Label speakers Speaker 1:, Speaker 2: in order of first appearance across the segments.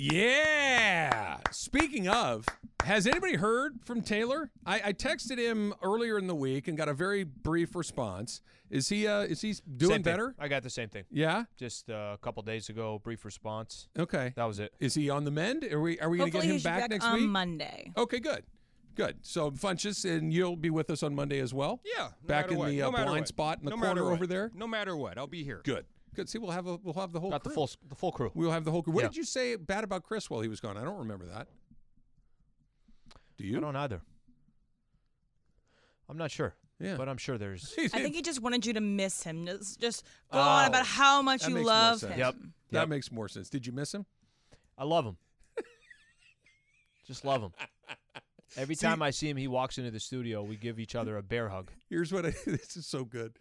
Speaker 1: Yeah. Speaking of, has anybody heard from Taylor? I, I texted him earlier in the week and got a very brief response. Is he uh is he
Speaker 2: Same
Speaker 1: doing
Speaker 2: thing.
Speaker 1: better?
Speaker 2: I got the same thing.
Speaker 1: Yeah.
Speaker 2: Just uh, a couple days ago, brief response.
Speaker 1: Okay.
Speaker 2: That was it.
Speaker 1: Is he on the mend? Are we are we going to
Speaker 3: Hopefully
Speaker 1: get
Speaker 3: he
Speaker 1: him
Speaker 3: should be
Speaker 1: back,
Speaker 3: back
Speaker 1: next
Speaker 3: on
Speaker 1: week?
Speaker 3: Monday.
Speaker 1: Okay, good. Good. So Funches, and you'll be with us on Monday as well.
Speaker 4: Yeah, no
Speaker 1: back
Speaker 4: matter
Speaker 1: in
Speaker 4: what.
Speaker 1: the
Speaker 4: No
Speaker 1: uh,
Speaker 4: matter
Speaker 1: blind
Speaker 4: what.
Speaker 1: spot in the
Speaker 4: No matter
Speaker 1: corner
Speaker 4: what.
Speaker 1: over there.
Speaker 4: No matter what, I'll be here.
Speaker 1: Good. Good. See, we'll have a we'll have the whole
Speaker 2: Got the
Speaker 1: crew.
Speaker 2: full the full crew.
Speaker 1: We'll have the whole crew. What
Speaker 2: Yeah.
Speaker 1: did you say bad about Chris while he was gone? I don't remember that. Do you?
Speaker 2: I don't either. I'm not sure.
Speaker 1: Yeah.
Speaker 2: But I'm sure there's.
Speaker 3: I think he just wanted you to miss him. Just, just go on
Speaker 2: Oh.
Speaker 3: about how much
Speaker 1: That
Speaker 3: you
Speaker 1: makes more
Speaker 3: love
Speaker 1: sense.
Speaker 3: him.
Speaker 2: Yep.
Speaker 1: that
Speaker 2: Yep.
Speaker 1: makes more sense. Did you miss him?
Speaker 2: I love him. Just love him. Every time I see him, he walks into the studio. We give each other a bear hug.
Speaker 1: Here's what I, this is so good.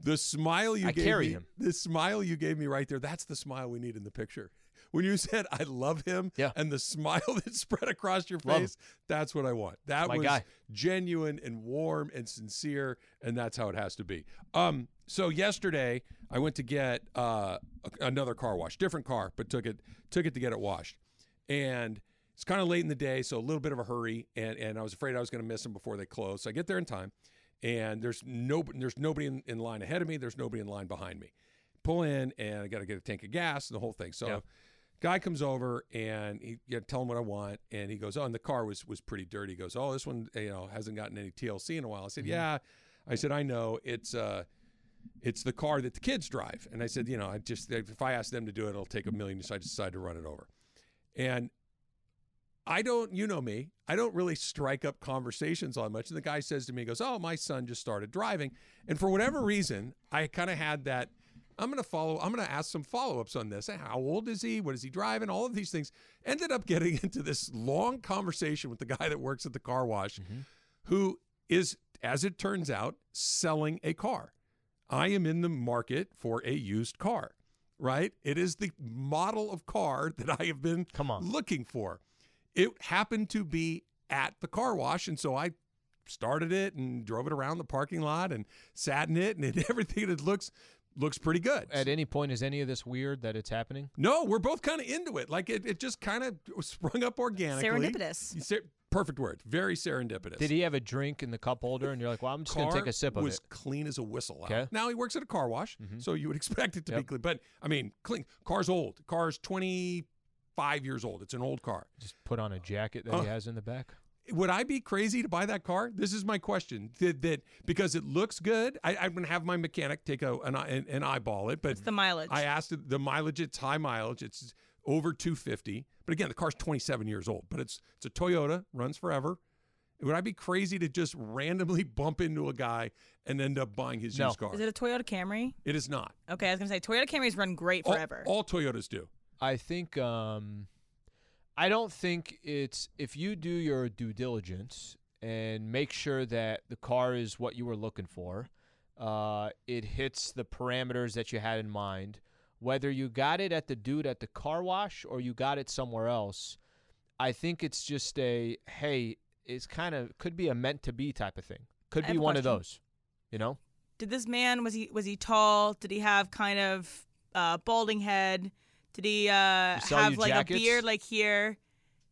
Speaker 1: The smile you
Speaker 2: Mm-hmm. I
Speaker 1: gave
Speaker 2: carry
Speaker 1: me,
Speaker 2: him.
Speaker 1: the smile you gave me right there. That's the smile we need in the picture. When you said I love him,
Speaker 2: Yeah.
Speaker 1: and the smile that spread across your
Speaker 2: Love him.
Speaker 1: face, that's what I want. That
Speaker 2: My
Speaker 1: was
Speaker 2: guy.
Speaker 1: genuine and warm and sincere, and that's how it has to be. Um, so yesterday I went to get uh, a- another car wash, different car, but took it took it to get it washed, and it's kind of late in the day, so a little bit of a hurry, and and I was afraid I was going to miss them before they closed. So I get there in time, and there's no there's nobody in, in line ahead of me, there's nobody in line behind me. Pull in, and I got to get a tank of gas and the whole thing. So.
Speaker 2: Yeah.
Speaker 1: Guy comes over and he you know, tell him what I want, and he goes, "Oh, and the car was was pretty dirty." He goes, "Oh, this one you know hasn't gotten any TLC in a while." I said, "Yeah," I said, "I know it's uh, it's the car that the kids drive," and I said, "You know, I just if I ask them to do it, it'll take a million, so I decided to run it over." And I don't, you know me, I don't really strike up conversations all that much. And the guy says to me, he goes, "Oh, my son just started driving," and for whatever reason, I kind of had that. I'm going to follow. I'm going to ask some follow ups on this. How old is he? What is he driving? All of these things. Ended up getting into this long conversation with the guy that works at the car wash, who is, as it turns out, selling a car. I am in the market for a used car, right? It is the model of car that I have been
Speaker 2: Come on.
Speaker 1: looking for. It happened to be at the car wash, and so I started it and drove it around the parking lot and sat in it, and it, everything. It looks looks pretty good.
Speaker 2: At any point, is any of this weird that it's happening?
Speaker 1: No, we're both kind of into it. Like it, it just kind of sprung up organically.
Speaker 3: Serendipitous.
Speaker 1: You ser- perfect word. Very serendipitous.
Speaker 2: Did he have a drink in the cup holder? And you're like, well, I'm just going to
Speaker 1: Car
Speaker 2: take a sip of
Speaker 1: was
Speaker 2: it.
Speaker 1: clean as a whistle. out.
Speaker 2: Okay. Mm-hmm.
Speaker 1: Now he works at a car wash, so you would expect it to be
Speaker 2: Yep.
Speaker 1: clean. But I mean, clean. Car's old. Car's twenty five years old. It's an old car.
Speaker 2: Just put on a jacket that
Speaker 1: Uh,
Speaker 2: he has in the back.
Speaker 1: would I be crazy to buy that car? This is my question. That, that because it looks good, I, I'm gonna have my mechanic take a an, eye- an, an eyeball it. But
Speaker 3: It's the mileage.
Speaker 1: I asked it- the mileage. It's high mileage. It's over 250. But again, the car's 27 years old. But it's it's a Toyota. Runs forever. Would I be crazy to just randomly bump into a guy and end up buying his
Speaker 2: No.
Speaker 1: used car?
Speaker 3: Is it a Toyota Camry?
Speaker 1: it is not.
Speaker 3: Okay, I was gonna say Toyota Camrys run great
Speaker 1: All-
Speaker 3: forever.
Speaker 1: All, Toyotas do.
Speaker 2: I think um, I don't think it's if you do your due diligence and make sure that the car is what you were looking for, uh, it hits the parameters that you had in mind. Whether you got it at the dude at the car wash or you got it somewhere else, I think it's just a hey, it's kind of could be a meant to be type of thing. Could
Speaker 3: I
Speaker 2: be
Speaker 3: have a
Speaker 2: one of
Speaker 3: question.
Speaker 2: those, you know.
Speaker 3: Did this man was he was he tall? Did he have kind of uh, balding head? Did he uh,
Speaker 2: He sell
Speaker 3: have
Speaker 2: you
Speaker 3: like
Speaker 2: jackets?
Speaker 3: a beard like here?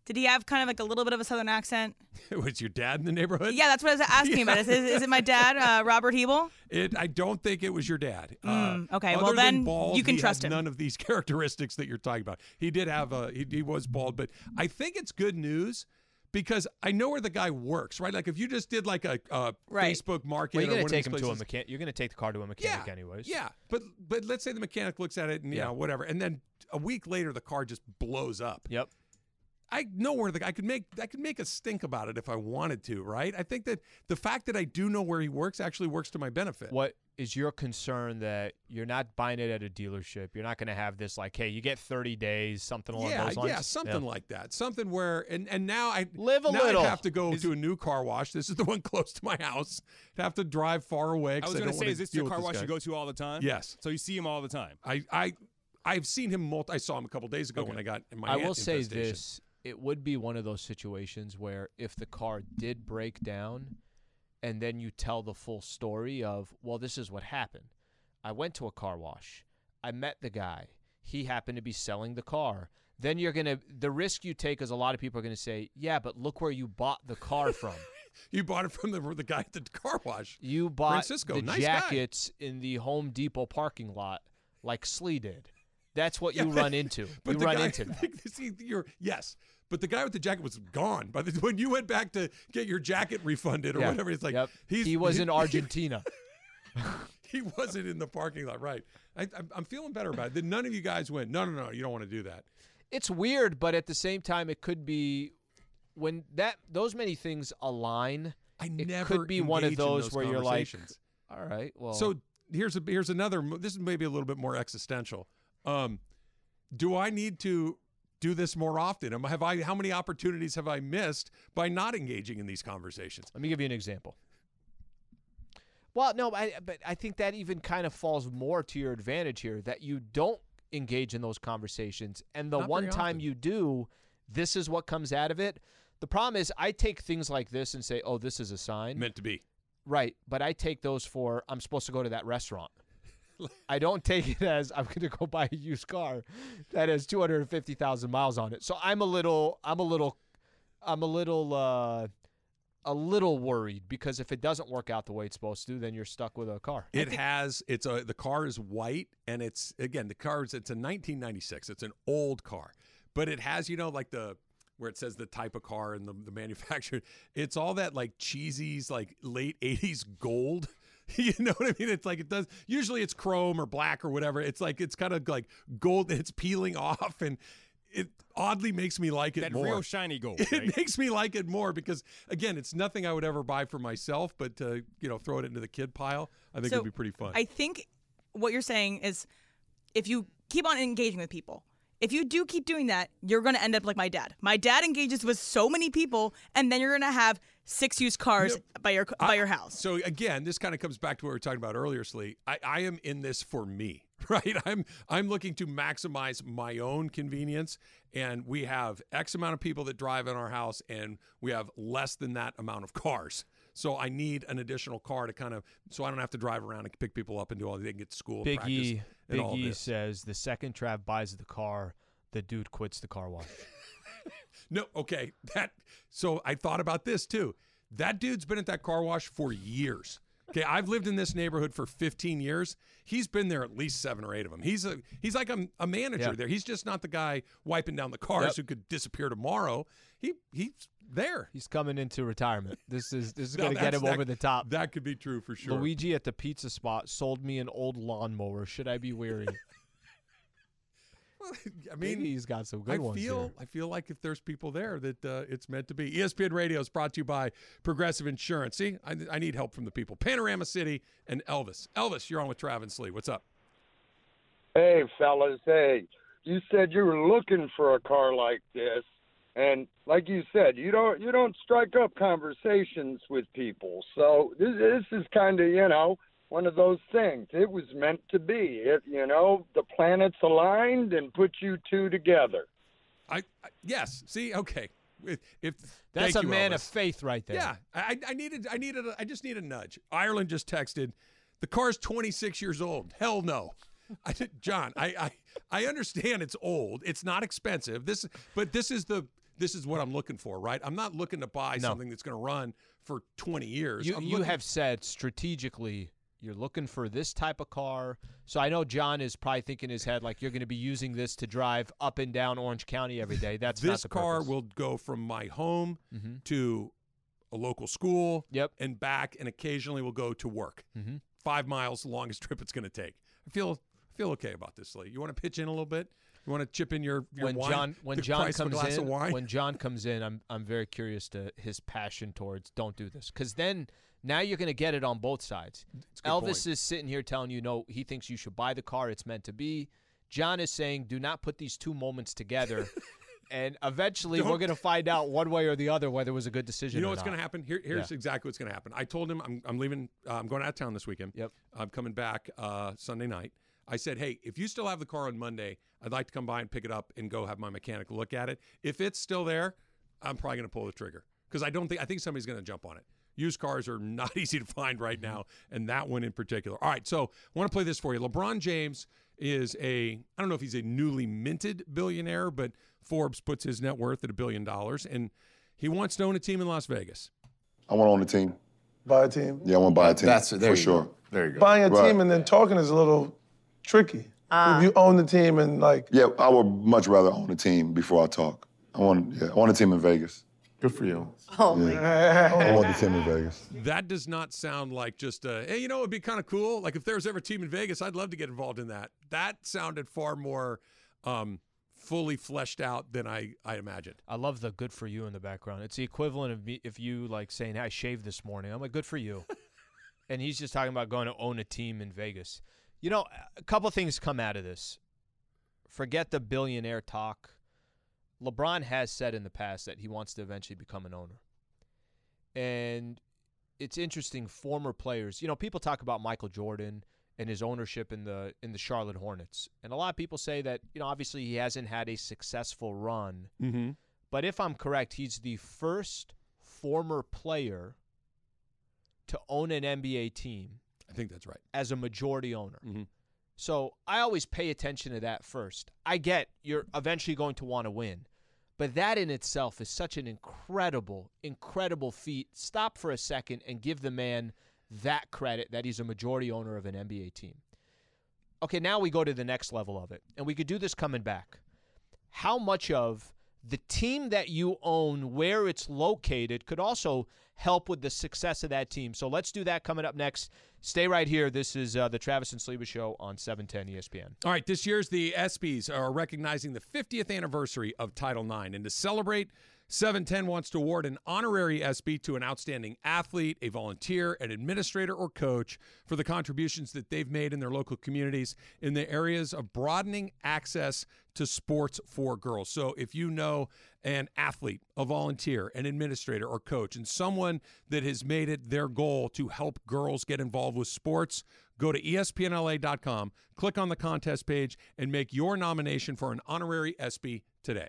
Speaker 3: Did he have kind of like a little bit of a southern accent?
Speaker 1: was your dad in the neighborhood?
Speaker 3: Yeah, that's what I was asking about. Is, is, is it my dad, uh, Robert Hebel?
Speaker 1: It, I don't think it was your dad. Uh,
Speaker 3: Mm, okay,
Speaker 1: other
Speaker 3: well
Speaker 1: than
Speaker 3: then
Speaker 1: bald,
Speaker 3: you can
Speaker 1: he
Speaker 3: trust
Speaker 1: had
Speaker 3: him.
Speaker 1: None of these characteristics that you're talking about. He did have a he, he was bald, but I think it's good news because I know where the guy works. Right, like if you just did like a, a
Speaker 3: Right.
Speaker 1: Facebook market,
Speaker 2: Well, you're
Speaker 1: or
Speaker 2: gonna
Speaker 1: one
Speaker 2: take him
Speaker 1: of these
Speaker 2: to a
Speaker 1: places-
Speaker 2: mechanic. You're gonna take the car to a mechanic
Speaker 1: yeah,
Speaker 2: anyways.
Speaker 1: Yeah, but but let's say the mechanic looks at it and you
Speaker 2: Yeah.
Speaker 1: know whatever, and then a week later the car just blows up.
Speaker 2: Yep.
Speaker 1: I know where the I could make I could make a stink about it if I wanted to, right? I think that the fact that I do know where he works actually works to my benefit.
Speaker 2: What is your concern that you're not buying it at a dealership? You're not going to have this like, hey, you get 30 days, something along
Speaker 1: yeah,
Speaker 2: those lines.
Speaker 1: yeah, something like that. Something where and and now I
Speaker 2: Live a
Speaker 1: now I'd
Speaker 2: little.
Speaker 1: have to go to a new car wash. This is the one close to my house. I'd have to drive far away.
Speaker 4: I
Speaker 1: 'cause
Speaker 4: was going
Speaker 1: don't
Speaker 4: to say,
Speaker 1: wanna
Speaker 4: is this
Speaker 1: deal
Speaker 4: your
Speaker 1: with
Speaker 4: car wash
Speaker 1: guy.
Speaker 4: you go to all the time?
Speaker 1: Yes.
Speaker 4: So you see him all the time.
Speaker 1: I I I've seen him. Multi- I saw him a couple days ago
Speaker 4: Okay.
Speaker 1: when I got in my.
Speaker 2: I
Speaker 1: ant
Speaker 2: will say
Speaker 1: infestation.
Speaker 2: this: it would be one of those situations where if the car did break down, and then you tell the full story of, well, this is what happened. I went to a car wash. I met the guy. He happened to be selling the car. Then you're gonna the risk you take is a lot of people are gonna say, yeah, but look where you bought the car from.
Speaker 1: You bought it from the the guy at the car wash.
Speaker 2: You bought
Speaker 1: Francisco,
Speaker 2: the
Speaker 1: nice guy.
Speaker 2: jackets in the Home Depot parking lot like Slee did. That's what
Speaker 1: Yeah,
Speaker 2: you
Speaker 1: but-
Speaker 2: run into.
Speaker 1: But
Speaker 2: you
Speaker 1: the
Speaker 2: run
Speaker 1: guy,
Speaker 2: into that.
Speaker 1: see, you're yes, but the guy with the jacket was gone. By the when you went back to get your jacket refunded or
Speaker 2: Yeah.
Speaker 1: whatever, it's like
Speaker 2: Yep.
Speaker 1: he's,
Speaker 2: he was in Argentina.
Speaker 1: he wasn't in the parking lot, right? I, I'm, I'm feeling better about it. Then none of you guys went. No, no, no, you don't want to do that.
Speaker 2: it's weird, but at the same time, it could be when that those many things align.
Speaker 1: I
Speaker 2: It
Speaker 1: never
Speaker 2: could be one of
Speaker 1: engage in
Speaker 2: those where you're like, oh.
Speaker 1: conversations.
Speaker 2: All right, well,
Speaker 1: So here's a here's another. mo- This is maybe a little bit more existential. Um, do I need to do this more often? Am, have I how many opportunities have I missed by not engaging in these conversations?
Speaker 2: let me give you an example. Well, no, I, but I think that even kind of falls more to your advantage here that you don't engage in those conversations, and the
Speaker 1: Not very
Speaker 2: one time
Speaker 1: often.
Speaker 2: you do, this is what comes out of it. The problem is, I take things like this and say, "Oh, this is a sign."
Speaker 1: Meant to be.
Speaker 2: Right, but I take those for I'm supposed to go to that restaurant. I don't take it as I'm going to go buy a used car that has 250,000 miles on it. So I'm a little I'm a little I'm a little uh a little worried because if it doesn't work out the way it's supposed to, then you're stuck with a car.
Speaker 1: It has it's a the car is white and it's again the car is it's a 1996. It's an old car, but it has you know like the where it says the type of car and the, the manufacturer. It's all that like cheesy's like late 80s gold. You know what I mean? It's like it does. Usually it's chrome or black or whatever. It's like it's kind of like gold. It's peeling off and it oddly makes me like it
Speaker 4: That
Speaker 1: more.
Speaker 4: real shiny gold. right?
Speaker 1: it makes me like it more because again, it's nothing I would ever buy for myself, but to you know throw it into the kid pile, I think
Speaker 3: So,
Speaker 1: would be pretty fun.
Speaker 3: I think what you're saying is if you keep on engaging with people, if you do keep doing that, you're going to end up like my dad. My dad engages with so many people, and then you're going to have six used cars by your by your house.
Speaker 1: So again, this kind of comes back to what we were talking about earlier, Slee. I, I am in this for me, right? I'm I'm looking to maximize my own convenience, and we have X amount of people that drive in our house, and we have less than that amount of cars. So I need an additional car to kind of so I don't have to drive around and pick people up and do all they can get to school. and
Speaker 2: Big
Speaker 1: practice
Speaker 2: E
Speaker 1: and
Speaker 2: Big
Speaker 1: all
Speaker 2: E
Speaker 1: this.
Speaker 2: says the second Trav buys the car, the dude quits the car wash.
Speaker 1: No, okay. That so I thought about this too. That dude's been at that car wash for years. Okay, I've lived in this neighborhood for 15 years. He's been there at least seven or eight of them. He's a he's like a, a manager
Speaker 2: Yeah.
Speaker 1: there. He's just not the guy wiping down the cars who could disappear tomorrow. He he's there.
Speaker 2: He's coming into retirement. This is this is
Speaker 1: Now
Speaker 2: going to get
Speaker 1: that's-
Speaker 2: him
Speaker 1: that-
Speaker 2: over the top.
Speaker 1: That could be true for sure.
Speaker 2: Luigi at the pizza spot sold me an old lawnmower. Should I be weary?
Speaker 1: Well, I
Speaker 2: Maybe
Speaker 1: mean,
Speaker 2: he's got some good
Speaker 1: I
Speaker 2: ones.
Speaker 1: feel
Speaker 2: here.
Speaker 1: I feel like if there's people there that uh, it's meant to be. ESPN Radio is brought to you by Progressive Insurance. See, I, I need help from the people. Panorama City and Elvis. Elvis, you're on with Travis Lee. What's up?
Speaker 5: Hey, fellas, hey, you said you were looking for a car like this, and like you said, you don't you don't strike up conversations with people. So this, this is kind of you know one of those things. It was meant to be. It you know the planets aligned and put you two together.
Speaker 1: I, I yes. See, okay. If, if
Speaker 2: That's
Speaker 1: thank
Speaker 2: a
Speaker 1: you,
Speaker 2: man of
Speaker 1: Elvis.
Speaker 2: faith right there.
Speaker 1: Yeah, I, I needed I needed a, I just need a nudge. Ireland just texted, the car's 26 years old. Hell no. I did, John, I, I I understand it's old. It's not expensive. This but this is the this is what I'm looking for, right? I'm not looking to buy
Speaker 2: No.
Speaker 1: something that's going to run for 20 years.
Speaker 2: You,
Speaker 1: I'm
Speaker 2: you
Speaker 1: looking-
Speaker 2: have said strategically you're looking for this type of car. So I know John is probably thinking in his head like you're going to be using this to drive up and down Orange County every day. That's not
Speaker 1: this
Speaker 2: the
Speaker 1: car
Speaker 2: purpose.
Speaker 1: will go from my home
Speaker 2: Mhm.
Speaker 1: to a local school
Speaker 2: Yep.
Speaker 1: and back and occasionally we'll go to work
Speaker 2: Mhm.
Speaker 1: five miles the longest trip it's going to take i feel feel okay about this lee you want to pitch in a little bit you want to chip in your, your
Speaker 2: when
Speaker 1: wine?
Speaker 2: John when
Speaker 1: the
Speaker 2: John
Speaker 1: price of a
Speaker 2: comes
Speaker 1: glass
Speaker 2: in
Speaker 1: of wine
Speaker 2: when John comes in, I'm I'm very curious to his passion towards don't do this because then Now you're going to get it on both sides.
Speaker 1: a good
Speaker 2: Elvis
Speaker 1: point.
Speaker 2: is sitting here telling you, no, he thinks you should buy the car it's meant to be. John is saying, do not put these two moments together. and eventually, we're
Speaker 1: Don't-
Speaker 2: going to find out one way or the other whether it was a good decision
Speaker 1: You know
Speaker 2: or
Speaker 1: what's
Speaker 2: not.
Speaker 1: going to happen? Here, here's exactly what's going to happen. I told him I'm, I'm leaving. Uh, I'm going out of town this weekend.
Speaker 2: Yep.
Speaker 1: I'm coming back uh, Sunday night. I said, hey, if you still have the car on Monday, I'd like to come by and pick it up and go have my mechanic look at it. If it's still there, I'm probably going to pull the trigger because I don't think I think somebody's going to jump on it. Used cars are not easy to find right
Speaker 2: Mm-hmm.
Speaker 1: now, and that one in particular. All right, so I want to play this for you. LeBron James is a I don't know if he's a newly minted billionaire, but Forbes puts his net worth at a billion dollars, and he wants to own a team in Las Vegas.
Speaker 6: I want to own a team.
Speaker 7: buy a team.
Speaker 6: Yeah, I want to buy a team.
Speaker 8: That's there
Speaker 6: for
Speaker 8: you
Speaker 6: sure.
Speaker 8: Go. There you go.
Speaker 7: Buying a
Speaker 6: Right.
Speaker 7: team and then talking is a little tricky.
Speaker 9: Ah.
Speaker 7: if you own the team and like,
Speaker 6: Yeah, I would much rather own a team before I talk. I want, yeah, I want a team in Vegas.
Speaker 8: Good for you.
Speaker 9: Oh my God.
Speaker 6: I want the team in Vegas.
Speaker 1: That does not sound like just a hey, you know, it'd be kind of cool. Like if there was ever a team in Vegas, I'd love to get involved in that. That sounded far more um, fully fleshed out than I I imagined.
Speaker 2: I love the good for you in the background. It's the equivalent of me if you like saying, "Hey, I shaved this morning. I'm like, good for you. and he's just talking about going to own a team in Vegas. You know, a couple things come out of this. Forget the billionaire talk. LeBron has said in the past that he wants to eventually become an owner. And it's interesting former players. You know, people talk about Michael Jordan and his ownership in the in the Charlotte Hornets. And a lot of people say that, you know, obviously he hasn't had a successful run.
Speaker 1: Mm-hmm.
Speaker 2: But if I'm correct, he's the first former player to own an NBA team
Speaker 1: I think that's right.
Speaker 2: as a majority owner.
Speaker 1: Mhm.
Speaker 2: So I always pay attention to that first. I get you're eventually going to want to win, but that in itself is such an incredible, incredible feat. Stop for a second and give the man that credit that he's a majority owner of an NBA team. Okay, now we go to the next level of it, and we could do this coming back. How much of the team that you own, where it's located, could also help with the success of that team. So let's do that coming up next. Stay right here. This is uh, the Travis and Sleba Show on E 710 ESPN.
Speaker 1: All right, this year's the ESPYs are recognizing the 50th anniversary of Title IX. And to celebrate, 710 wants to award an honorary ESPY to an outstanding athlete, a volunteer, an administrator, or coach for the contributions that they've made in their local communities in the areas of broadening access to sports for girls. So if you know an athlete, a volunteer, an administrator, or coach, and someone that has made it their goal to help girls get involved with sports, Go to E espnla.com, click on the contest page, and make your nomination for an honorary ESPY today.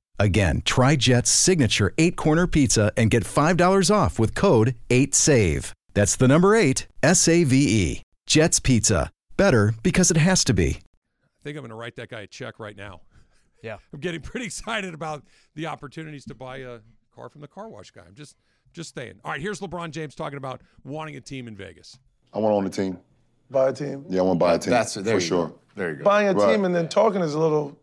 Speaker 10: Again, try Jet's signature eight corner pizza and get $5 off with code 8SAVE. That's the number eight, S A V E. Jet's Pizza. Better because it has to be.
Speaker 1: I think I'm going to write that guy a check right now.
Speaker 2: Yeah.
Speaker 1: I'm getting pretty excited about the opportunities to buy a car from the car wash guy. I'm just just saying. All right, here's LeBron James talking about wanting a team in Vegas.
Speaker 6: I want to own a team.
Speaker 7: buy a team.
Speaker 6: Yeah, I want to buy a team.
Speaker 8: That's there
Speaker 6: for
Speaker 8: you
Speaker 6: sure.
Speaker 8: Go. There you go.
Speaker 7: Buying a
Speaker 6: Right.
Speaker 7: team and then talking is a little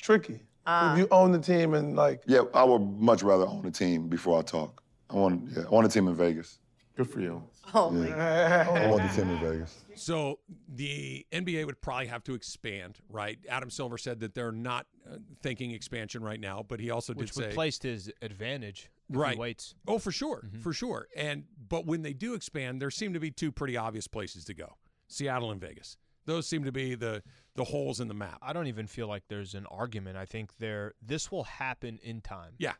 Speaker 7: tricky. if you own the team and like,
Speaker 6: Yeah, I would much rather own a team before I talk. I want, yeah, I want a team in Vegas.
Speaker 8: Good for you.
Speaker 9: Oh my God.
Speaker 6: I want the team in Vegas.
Speaker 1: So the NBA would probably have to expand, right? Adam Silver said that they're not uh, thinking expansion right now, but he also
Speaker 2: Which
Speaker 1: did say
Speaker 2: would place to his advantage. if he
Speaker 1: Right.
Speaker 2: waits.
Speaker 1: Oh, for sure,
Speaker 2: Mm-hmm.
Speaker 1: for sure. And but when they do expand, there seem to be two pretty obvious places to go: Seattle and Vegas. Those seem to be the the holes in the map.
Speaker 2: I don't even feel like there's an argument. I think there this will happen in time.
Speaker 1: Yeah,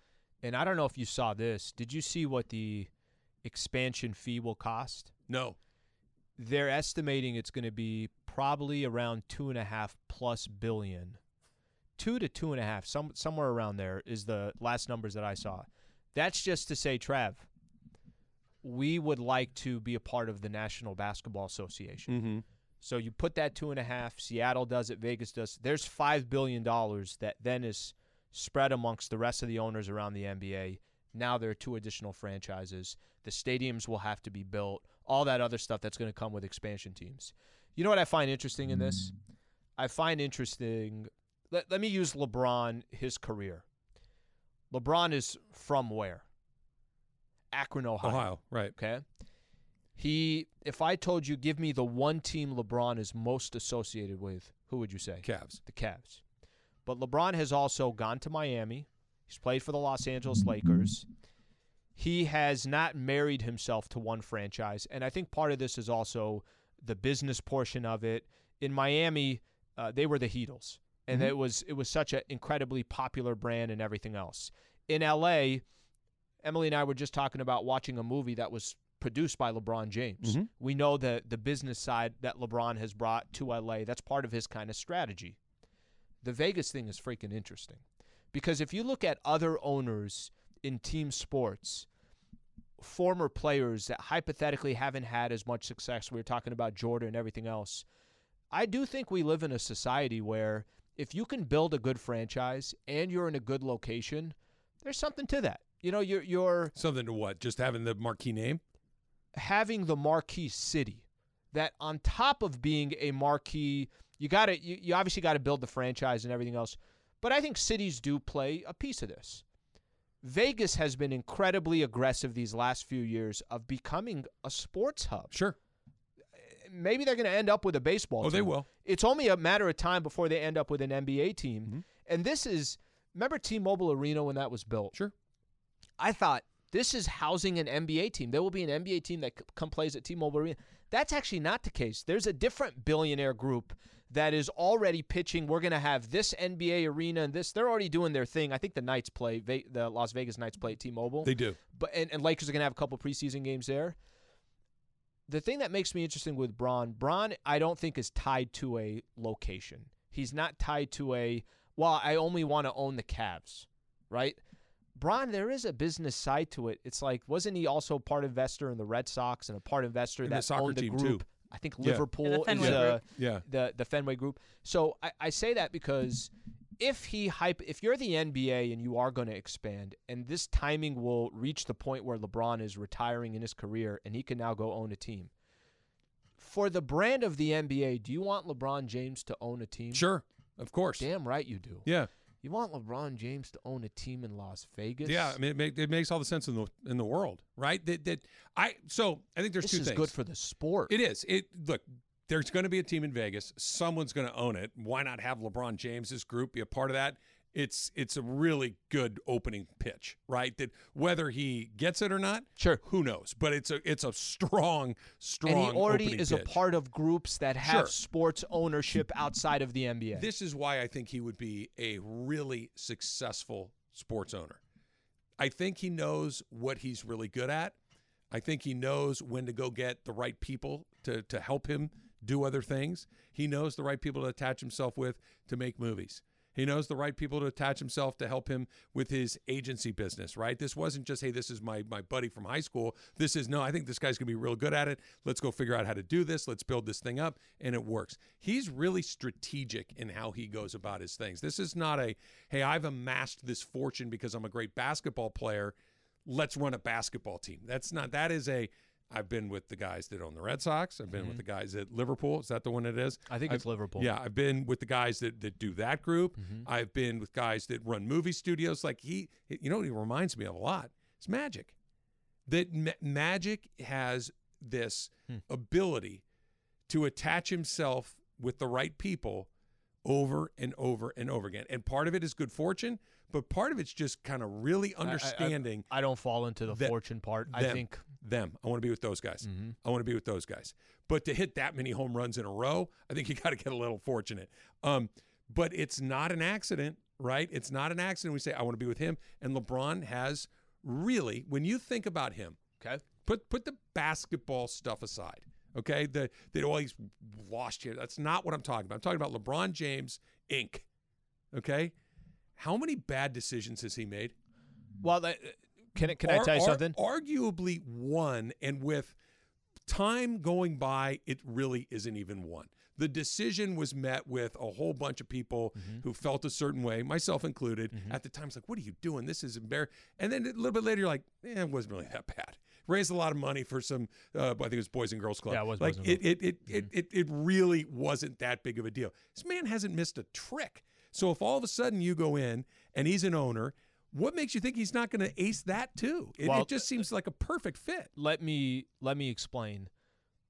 Speaker 2: And I don't know if you saw this. Did you see what the expansion fee will cost?
Speaker 1: no,
Speaker 2: they're estimating it's going to be probably around two and a half plus billion, two to two and a half, some somewhere around there is the last numbers that I saw. That's just to say, Trav, we would like to be a part of the National Basketball Association. So you put that two and a half. Seattle does it. Vegas does. There's five billion dollars that then is spread amongst the rest of the owners around the NBA. Now there are two additional franchises. The stadiums will have to be built. All that other stuff that's going to come with expansion teams. You know what I find interesting in this? I find interesting. Let, let me use LeBron, his career. LeBron is from where? Akron, Ohio.
Speaker 1: Ohio, right.
Speaker 2: Okay. He, if I told you, give me the one team LeBron is most associated with, who would you say?
Speaker 1: Cavs.
Speaker 2: The Cavs. But LeBron has also gone to Miami. He's played for the Los Angeles Lakers. He has not married himself to one franchise. And I think part of this is also the business portion of it. In Miami, uh, they were the Heatles. And it was it was such an incredibly popular brand and everything else. In LA, Emily and I were just talking about watching a movie that was produced by LeBron James. We know the the business side that LeBron has brought to LA. That's part of his kind of strategy. The Vegas thing is freaking interesting. Because if you look at other owners in team sports, former players that hypothetically haven't had as much success, we were talking about Jordan and everything else. I do think we live in a society where if you can build a good franchise and you're in a good location, there's something to that. You know, you're you're
Speaker 1: Something to what? Just having the marquee name?
Speaker 2: having the marquee city that on top of being a marquee you got to you, you obviously got to build the franchise and everything else but i think cities do play a piece of this vegas has been incredibly aggressive these last few years of becoming a sports hub
Speaker 1: Sure.
Speaker 2: maybe they're going to end up with a baseball
Speaker 1: Oh,
Speaker 2: team.
Speaker 1: they will.
Speaker 2: It's only a matter of time before they end up with an NBA team.
Speaker 1: Mm-hmm.
Speaker 2: And this is remember T-Mobile Arena when that was built?
Speaker 1: Sure.
Speaker 2: I thought this is housing an NBA team. There will be an NBA team that c- come plays at T-Mobile Arena. That's actually not the case. There's a different billionaire group that is already pitching. We're going to have this NBA arena and this. They're already doing their thing. I think the Knights play. Ve- The Las Vegas Knights play at T-Mobile
Speaker 1: They do.
Speaker 2: but and, and Lakers are gonna have a couple preseason games there. The thing that makes me interesting with Braun, Braun, I don't think is tied to a location. He's not tied to a well, I only want to own the Cavs, right? Braun, there is a business side to it. It's like, wasn't he also part investor in the Red Sox and a part investor
Speaker 1: And the
Speaker 2: that
Speaker 1: soccer
Speaker 2: owned the
Speaker 1: team,
Speaker 2: group?
Speaker 1: too.
Speaker 2: I think
Speaker 1: Yeah.
Speaker 3: Yeah,
Speaker 2: Liverpool
Speaker 3: the
Speaker 2: is uh,
Speaker 3: Fenway
Speaker 2: a,
Speaker 3: group.
Speaker 1: Yeah.
Speaker 2: the the Fenway Group. So I, I say that because if he hype, if you're the NBA and you are going to expand, and this timing will reach the point where LeBron is retiring in his career and he can now go own a team. For the brand of the NBA, do you want LeBron James to own a team?
Speaker 1: Sure. Of course.
Speaker 2: Damn right you do.
Speaker 1: Yeah.
Speaker 2: You want LeBron James to own a team in Las Vegas?
Speaker 1: Yeah, I mean, it, make, it makes all the sense in the in the world, right? That, that I so I think there's
Speaker 2: this
Speaker 1: two
Speaker 2: is
Speaker 1: things.
Speaker 2: good for the sport.
Speaker 1: It is. It look. There's going to be a team in Vegas. Someone's going to own it. Why not have LeBron James's group be a part of that? It's it's a really good opening pitch, right? That whether he gets it or not,
Speaker 2: Sure.
Speaker 1: who knows? But it's a it's a strong, strong.
Speaker 2: and he already
Speaker 1: opening
Speaker 2: is a
Speaker 1: pitch.
Speaker 2: part of groups that have
Speaker 1: Sure.
Speaker 2: sports ownership outside of the NBA.
Speaker 1: This is why I think he would be a really successful sports owner. I think he knows what he's really good at. I think he knows when to go get the right people to, to help him do other things. He knows the right people to attach himself with to make movies. He knows the right people to attach himself to help him with his agency business, right? This wasn't just, hey, this is my my buddy from high school. This is no, I think this guy's gonna be real good at it. Let's go figure out how to do this. Let's build this thing up. And it works. He's really strategic in how he goes about his things. This is not a, hey, I've amassed this fortune because I'm a great basketball player let's run a basketball team. That's not that is a I've been with the guys that own the Red Sox. I've been with the guys at Liverpool. Is that the one it is?
Speaker 2: Mm-hmm. I think it's
Speaker 1: I've-
Speaker 2: Liverpool. Mm-hmm.
Speaker 1: Yeah, I've been with the guys that that do that group. I've been with guys that run movie studios. Like he, you know, what he reminds me of a lot. It's magic. That ma- magic has this
Speaker 2: Hmm.
Speaker 1: ability to attach himself with the right people over and over and over again. And part of it is good fortune, but part of it's just kind of really
Speaker 2: I- I- I-
Speaker 1: understanding
Speaker 2: I, don't fall into the
Speaker 1: that-
Speaker 2: fortune part. I
Speaker 1: them,
Speaker 2: think Mm-hmm.
Speaker 1: them. I want to be with those guys. I want to be with those guys. But to hit that many home runs in a row, I think you got to get a little fortunate. Um, but it's not an accident, right? It's not an accident. We say I want to be with him, and LeBron has really. When you think about him,
Speaker 2: okay.
Speaker 1: put put the basketball stuff aside. Okay, the oh, they always lost you. That's not what I'm talking about. I'm talking about LeBron James Inc. Okay, how many bad decisions has he made?
Speaker 2: Well, that, can I- can I
Speaker 1: Ar-
Speaker 2: tell you
Speaker 1: ar-
Speaker 2: something?
Speaker 1: Arguably one, and with time going by, it really isn't even one. The decision was met with a whole bunch of people
Speaker 2: Mm-hmm.
Speaker 1: who felt a certain way, myself included. At the time, it's like, "What are you doing? This is embarrassing." And then a little bit later, you're like, eh, "It wasn't really that bad." raised a lot of money for some. Uh, I think it was Boys and Girls Club.
Speaker 2: Yeah, it was
Speaker 1: like
Speaker 2: Boys and Mm-hmm.
Speaker 1: it, it, it, it, it, it really wasn't that big of a deal. This man hasn't missed a trick. So if all of a sudden you go in and he's an owner, what makes you think he's not going to ace that too? It,
Speaker 2: Well,
Speaker 1: it just seems like a perfect fit.
Speaker 2: let me let me explain.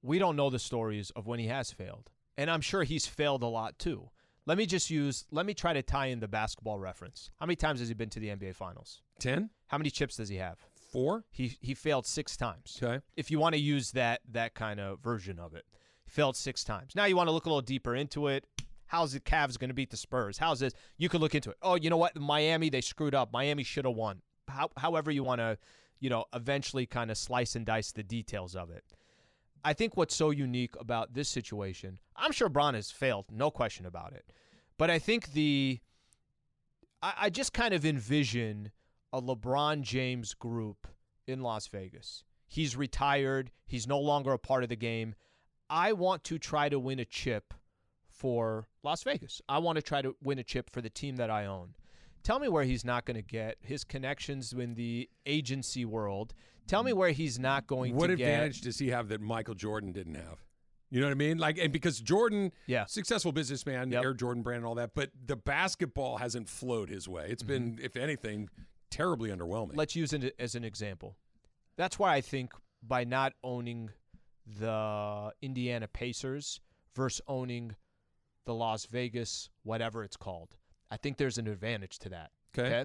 Speaker 2: We don't know the stories of when he has failed, and I'm sure he's failed a lot too. Let me just use. Let me try to tie in the basketball reference. How many times has he been to the NBA Finals?
Speaker 1: Ten,
Speaker 2: How many chips does he have?
Speaker 1: four,
Speaker 2: He he failed six times.
Speaker 1: Okay.
Speaker 2: If you want to use that that kind of version of it, he failed six times. Now you want to look a little deeper into it. How's the Cavs going to beat the Spurs? How's this? You could look into it. Oh, you know what? Miami they screwed up. Miami should have won. How, however you want to, you know, eventually kind of slice and dice the details of it. I think what's so unique about this situation, I'm sure Braun has failed, no question about it. But I think the I, I just kind of envision a LeBron James group in Las Vegas. He's retired. He's no longer a part of the game. I want to try to win a chip for Las Vegas. I want to try to win a chip for the team that I own. Tell me where he's not going to get his connections in the agency world. Tell me where he's not going
Speaker 1: what
Speaker 2: to get.
Speaker 1: advantage does he have that Michael Jordan didn't have? You know what I mean? Like, and because Jordan,
Speaker 2: Yeah.
Speaker 1: successful businessman,
Speaker 2: Yep.
Speaker 1: Air Jordan brand and all that, but the basketball hasn't flowed his way. It's
Speaker 2: Mm-hmm.
Speaker 1: been, if anything, terribly underwhelming.
Speaker 2: Let's use it as an example. That's why I think by not owning the Indiana Pacers versus owning the Las Vegas, whatever it's called, I think there's an advantage to that.
Speaker 1: Okay.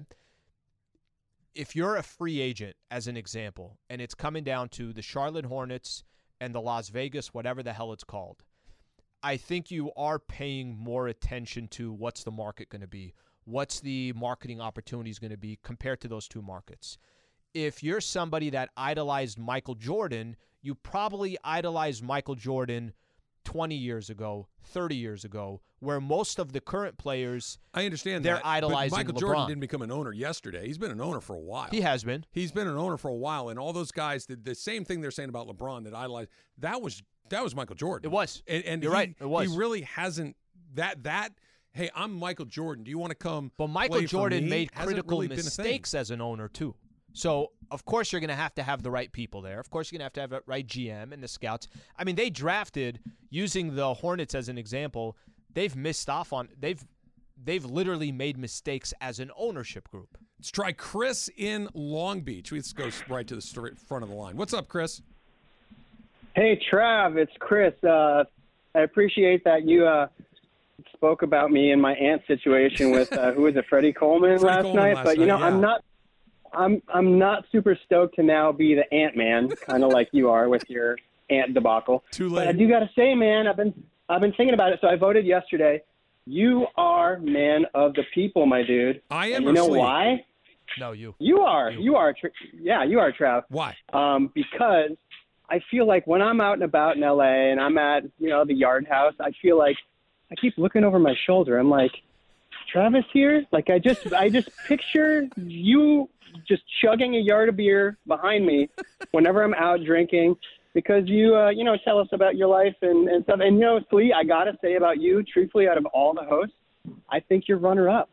Speaker 2: If you're a free agent, as an example, and it's coming down to the Charlotte Hornets and the Las Vegas, whatever the hell it's called, I think you are paying more attention to what's the market going to be, what's the marketing opportunities going to be compared to those two markets. If you're somebody that idolized Michael Jordan, you probably idolized Michael Jordan 20 years ago, 30 years ago, where most of the current players
Speaker 1: I understand
Speaker 2: They're
Speaker 1: that. but
Speaker 2: idolizing
Speaker 1: Michael Jordan
Speaker 2: LeBron.
Speaker 1: didn't become an owner yesterday. He's been an owner for a while.
Speaker 2: he has been
Speaker 1: He's been an owner for a while, and all those guys did the same thing they're saying about LeBron that idolized. That was that was Michael Jordan.
Speaker 2: It was.
Speaker 1: and, and
Speaker 2: You're
Speaker 1: he-
Speaker 2: right, it was.
Speaker 1: He really hasn't that that. Hey, I'm Michael Jordan. Do you want to come?
Speaker 2: But Michael
Speaker 1: play for
Speaker 2: Jordan
Speaker 1: me?
Speaker 2: made
Speaker 1: Hasn't
Speaker 2: critical
Speaker 1: really been a thing.
Speaker 2: mistakes as an owner too. So of course you're going to have to have the right people there. Of course you're going to have to have the right GM and the scouts. I mean, they drafted using the Hornets as an example. They've missed off on they've they've literally made mistakes as an ownership group.
Speaker 1: Let's try Chris in Long Beach. Let's go right to the stra- front of the line. What's up, Chris?
Speaker 8: Hey, Trav, it's Chris. Uh, I appreciate that you uh, spoke about me and my aunt situation with uh, who was it, Freddie Coleman
Speaker 1: Freddie
Speaker 8: last
Speaker 1: Coleman
Speaker 8: night.
Speaker 1: last
Speaker 8: but you know,
Speaker 1: night, yeah.
Speaker 8: I'm not. I'm I'm not super stoked to now be the Ant Man, kind of like you are with your Ant debacle.
Speaker 1: Too
Speaker 8: But I
Speaker 1: late.
Speaker 8: do gotta say, man, I've been I've been thinking about it. So I voted yesterday. You are man of the people, my dude.
Speaker 1: I am
Speaker 8: And
Speaker 1: or
Speaker 8: you know
Speaker 1: sleep?
Speaker 8: why?
Speaker 2: No, you.
Speaker 8: You are. You are. Tr- yeah, you are, Trav
Speaker 1: Why?
Speaker 8: um, because I feel like when I'm out and about in LA and I'm at you know the Yard House, I feel like I keep looking over my shoulder. I'm like, Travis here. Like I just I just picture you just chugging a yard of beer behind me whenever I'm out drinking because you uh, you know tell us about your life and, and stuff. And you know, Slee, I gotta say about you, truthfully, out of all the hosts, I think you're runner up.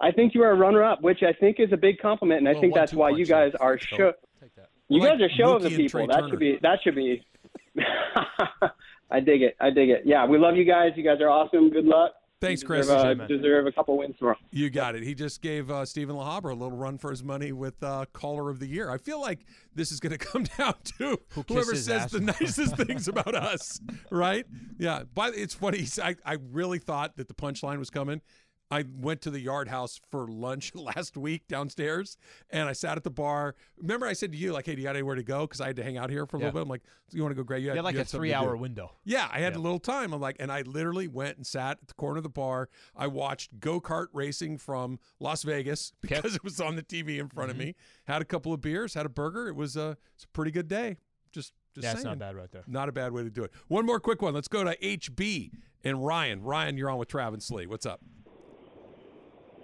Speaker 8: I think you are a runner up, which I think is a big compliment, and I
Speaker 2: Well,
Speaker 8: think
Speaker 2: one,
Speaker 8: that's
Speaker 2: two
Speaker 8: why you
Speaker 2: punch, yeah.
Speaker 8: guys are
Speaker 2: So-
Speaker 8: show.
Speaker 2: Take that.
Speaker 8: You
Speaker 1: Well,
Speaker 8: guys are
Speaker 1: like
Speaker 8: show of the
Speaker 1: Mookie and Trey
Speaker 8: people. That
Speaker 1: Turner.
Speaker 8: should be. That should be. I dig it. I dig it. Yeah, we love you guys. You guys are awesome. Good luck.
Speaker 1: Thanks,
Speaker 8: You
Speaker 1: Chris.
Speaker 8: Deserve, uh,
Speaker 1: Appreciate it,
Speaker 8: deserve a couple wins tomorrow.
Speaker 1: You got it. He just gave uh, Stephen LaHabra a little run for his money with uh, caller of the year. I feel like this is going to come down to whoever
Speaker 2: kisses
Speaker 1: says
Speaker 2: ass.
Speaker 1: the nicest things about us, right? Yeah. But it's funny. He's- I, I really thought that the punchline was coming. I went to the yard house for lunch last week downstairs and I sat at the bar. Remember, I said to you, like, hey, do you got anywhere to go? Because I had to hang out here for a
Speaker 2: Yeah.
Speaker 1: little bit. I'm like, you want to go grab you?
Speaker 2: You
Speaker 1: had-
Speaker 2: had like a
Speaker 1: you had something to
Speaker 2: three-hour
Speaker 1: do."
Speaker 2: window.
Speaker 1: Yeah, I had
Speaker 2: Yeah.
Speaker 1: a little time. I'm like, and I literally went and sat at the corner of the bar. I watched go kart racing from Las Vegas because it was on the TV in front of
Speaker 2: Mm-hmm.
Speaker 1: me. Had a couple of beers, had a burger. It was a, it's a pretty good day. Just, just
Speaker 2: That's not
Speaker 1: saying.
Speaker 2: bad right there.
Speaker 1: Not a bad way to do it. One more quick one. Let's go to HB and Ryan. Ryan, you're on with Travis Slee. What's up?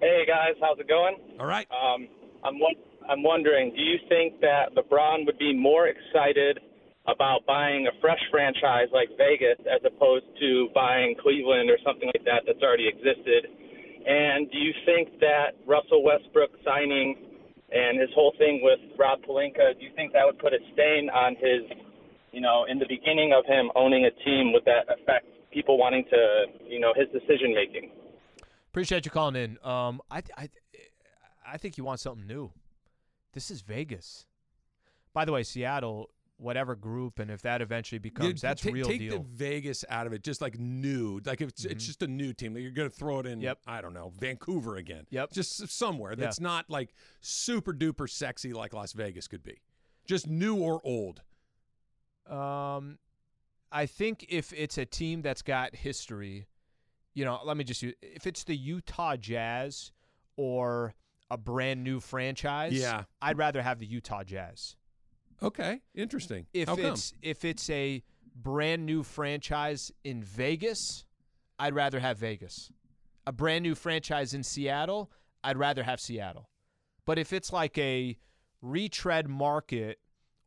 Speaker 9: Hey guys, how's it going?
Speaker 1: All right.
Speaker 9: Um, I'm won- I'm wondering, do you think that LeBron would be more excited about buying a fresh franchise like Vegas as opposed to buying Cleveland or something like that that's already existed? And do you think that Russell Westbrook signing and his whole thing with Rob Palinka, do you think that would put a stain on his, you know, in the beginning of him owning a team, would that affect people wanting to, you know, his decision making?
Speaker 2: Appreciate you calling in. Um, I, I, I think you want something new. This is Vegas. By the way, Seattle, whatever group, and if that eventually becomes
Speaker 1: Yeah,
Speaker 2: that's
Speaker 1: ta-
Speaker 2: real
Speaker 1: take
Speaker 2: deal. Mm-hmm.
Speaker 1: the Vegas out of it, just like new, like if it's, it's just a new team, like you're going to throw it in. I don't know, Vancouver again. Yep, just s- somewhere
Speaker 2: Yeah.
Speaker 1: that's not like super duper sexy like Las Vegas could be. Just new or old.
Speaker 2: Um, I think if it's a team that's got history, you know, let me just use if it's the Utah Jazz or a brand new franchise.
Speaker 1: Yeah.
Speaker 2: I'd rather have the Utah Jazz.
Speaker 1: Okay, interesting.
Speaker 2: If
Speaker 1: How come?
Speaker 2: it's if it's a brand new franchise in Vegas, I'd rather have Vegas. A brand new franchise in Seattle, I'd rather have Seattle. But if it's like a retread market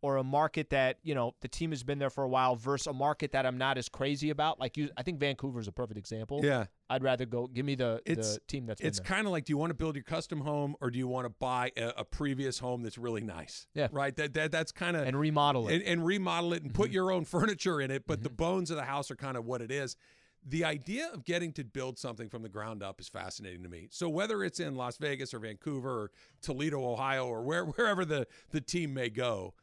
Speaker 2: or a market that, you know, the team has been there for a while versus a market that I'm not as crazy about, like you I think Vancouver's a perfect example.
Speaker 1: Yeah.
Speaker 2: I'd rather go give me the,
Speaker 1: it's
Speaker 2: the team that's been
Speaker 1: it's
Speaker 2: there.
Speaker 1: kind of like do you want to build your custom home or do you want to buy a, a previous home that's really nice
Speaker 2: Yeah.
Speaker 1: right that, that that's kind of
Speaker 2: and remodel it.
Speaker 1: and, and remodel it and put your own furniture in it but the bones of the house are kind of what it is the idea of getting to build something from the ground up is fascinating to me so whether it's in las vegas or vancouver or toledo ohio or where, wherever the, the team may go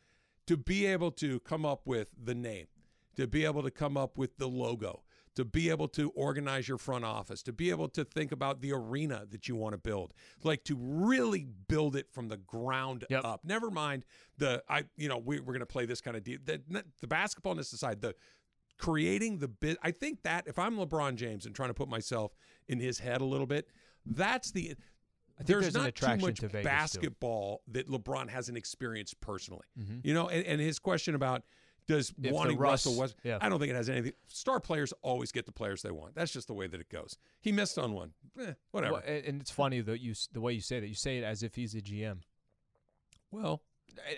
Speaker 1: to be able to come up with the name, to be able to come up with the logo, to be able to organize your front office, to be able to think about the arena that you want to build, like to really build it from the ground up. Never mind the I, you know, we, we're going to play this kind of deal. The, the basketballness aside, the creating the bit. I think that if I'm LeBron James and trying to put myself in his head a little bit, that's the.
Speaker 2: think
Speaker 1: there's,
Speaker 2: there's an
Speaker 1: not
Speaker 2: attraction
Speaker 1: too much
Speaker 2: to Vegas, too.
Speaker 1: basketball that LeBron hasn't experienced personally.
Speaker 2: Mhm.
Speaker 1: You know, and, and his question about does
Speaker 2: If the
Speaker 1: wanting
Speaker 2: Russ-
Speaker 1: Russell West,
Speaker 2: yeah.
Speaker 1: I don't think it has anything. Star players always get the players they want. That's just the way that it goes. He missed on one. Eh, whatever.
Speaker 2: Well, and and it's funny that you s- the way you say that. You say it as if he's the GM.
Speaker 1: Well,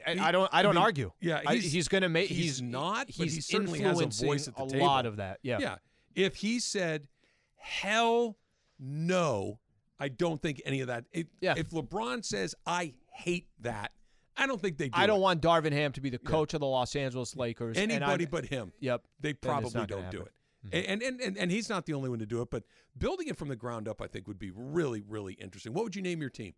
Speaker 2: I, I don't. I don't
Speaker 1: mean,
Speaker 2: argue.
Speaker 1: Yeah,
Speaker 2: I- he's, going to make.
Speaker 1: He's, not. but
Speaker 2: He's
Speaker 1: he certainly has a
Speaker 2: influencing
Speaker 1: voice at the
Speaker 2: a
Speaker 1: table.
Speaker 2: lot of that. Yeah.
Speaker 1: Yeah. If he said, "Hell no," I don't think any of that. If, yeah. If LeBron says, "I hate that," I don't think they. Do
Speaker 2: I don't
Speaker 1: it.
Speaker 2: want Darvin Ham to be the coach of the Los Angeles Lakers. and I'm-
Speaker 1: anybody but him.
Speaker 2: Yep.
Speaker 1: They
Speaker 2: then it's
Speaker 1: probably
Speaker 2: not gonna
Speaker 1: don't do
Speaker 2: happen. Mm-hmm.
Speaker 1: it. And, and and and he's not the only one to do it. But building it from the ground up, I think, would be really really interesting. What would you name your team?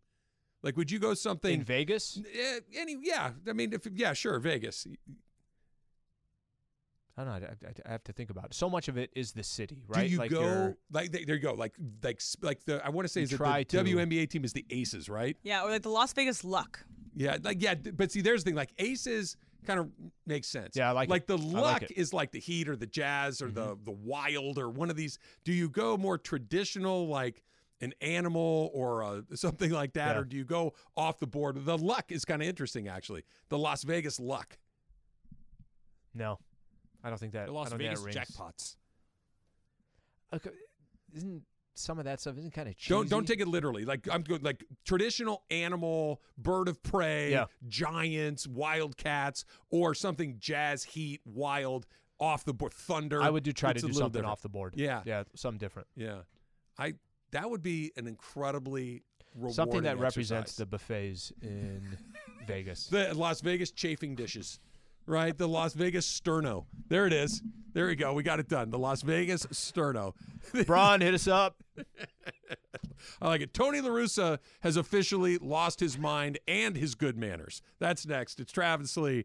Speaker 1: Like, would you go something
Speaker 2: in Vegas.
Speaker 1: Eh, any yeah, I mean, if yeah, sure, Vegas.
Speaker 2: I don't know. I, I- I have to think about it. So much of it is the city, right?
Speaker 1: Do you
Speaker 2: like
Speaker 1: go
Speaker 2: you're-
Speaker 1: like they, there you go like like s- like the I want to say
Speaker 2: You
Speaker 1: is that
Speaker 2: try
Speaker 1: the
Speaker 2: to-
Speaker 1: WNBA team is the Aces, right?
Speaker 3: Yeah, or like the Las Vegas Luck.
Speaker 1: Yeah, like yeah, d- but see, there's the thing like Aces kind of makes sense.
Speaker 2: Yeah, I like it.
Speaker 1: like the
Speaker 2: I like
Speaker 1: luck
Speaker 2: it. Mm-hmm.
Speaker 1: is like the Heat or the Jazz or the the Wild or one of these. Do you go more traditional like? An animal or uh something like that,
Speaker 2: Yeah.
Speaker 1: or do you go off the board? The luck is kind of interesting, actually. The Las Vegas luck.
Speaker 2: no, I don't think that.
Speaker 4: The Las
Speaker 2: I don't think
Speaker 4: Vegas
Speaker 2: that rings.
Speaker 4: jackpots.
Speaker 2: Okay, Isn't some of that stuff isn't kind of cheesy?
Speaker 1: Don't don't take it literally. Like I'm good. Like traditional animal, bird of prey,
Speaker 2: Yeah.
Speaker 1: giants, wildcats, or something jazz, heat, wild, off the board, thunder.
Speaker 2: I would do try to
Speaker 1: It's a
Speaker 2: do
Speaker 1: little
Speaker 2: something
Speaker 1: different.
Speaker 2: off the board.
Speaker 1: Yeah,
Speaker 2: Yeah. Something different.
Speaker 1: yeah. I that would be an incredibly rewarding
Speaker 2: Something that
Speaker 1: exercise.
Speaker 2: represents the buffets in Vegas.
Speaker 1: the Las Vegas chafing dishes, right? The Las Vegas sterno. There it is. There we go. We got it done. The Las Vegas sterno.
Speaker 2: Braun, hit us up.
Speaker 1: I like it. Tony LaRussa has officially lost his mind and his good manners. That's next. It's Travis Lee, E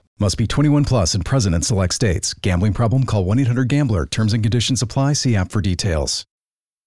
Speaker 10: Must be 21 plus and present in select states. Gambling problem? Call 1 800 GAMBLER. Terms and conditions apply. See app for details.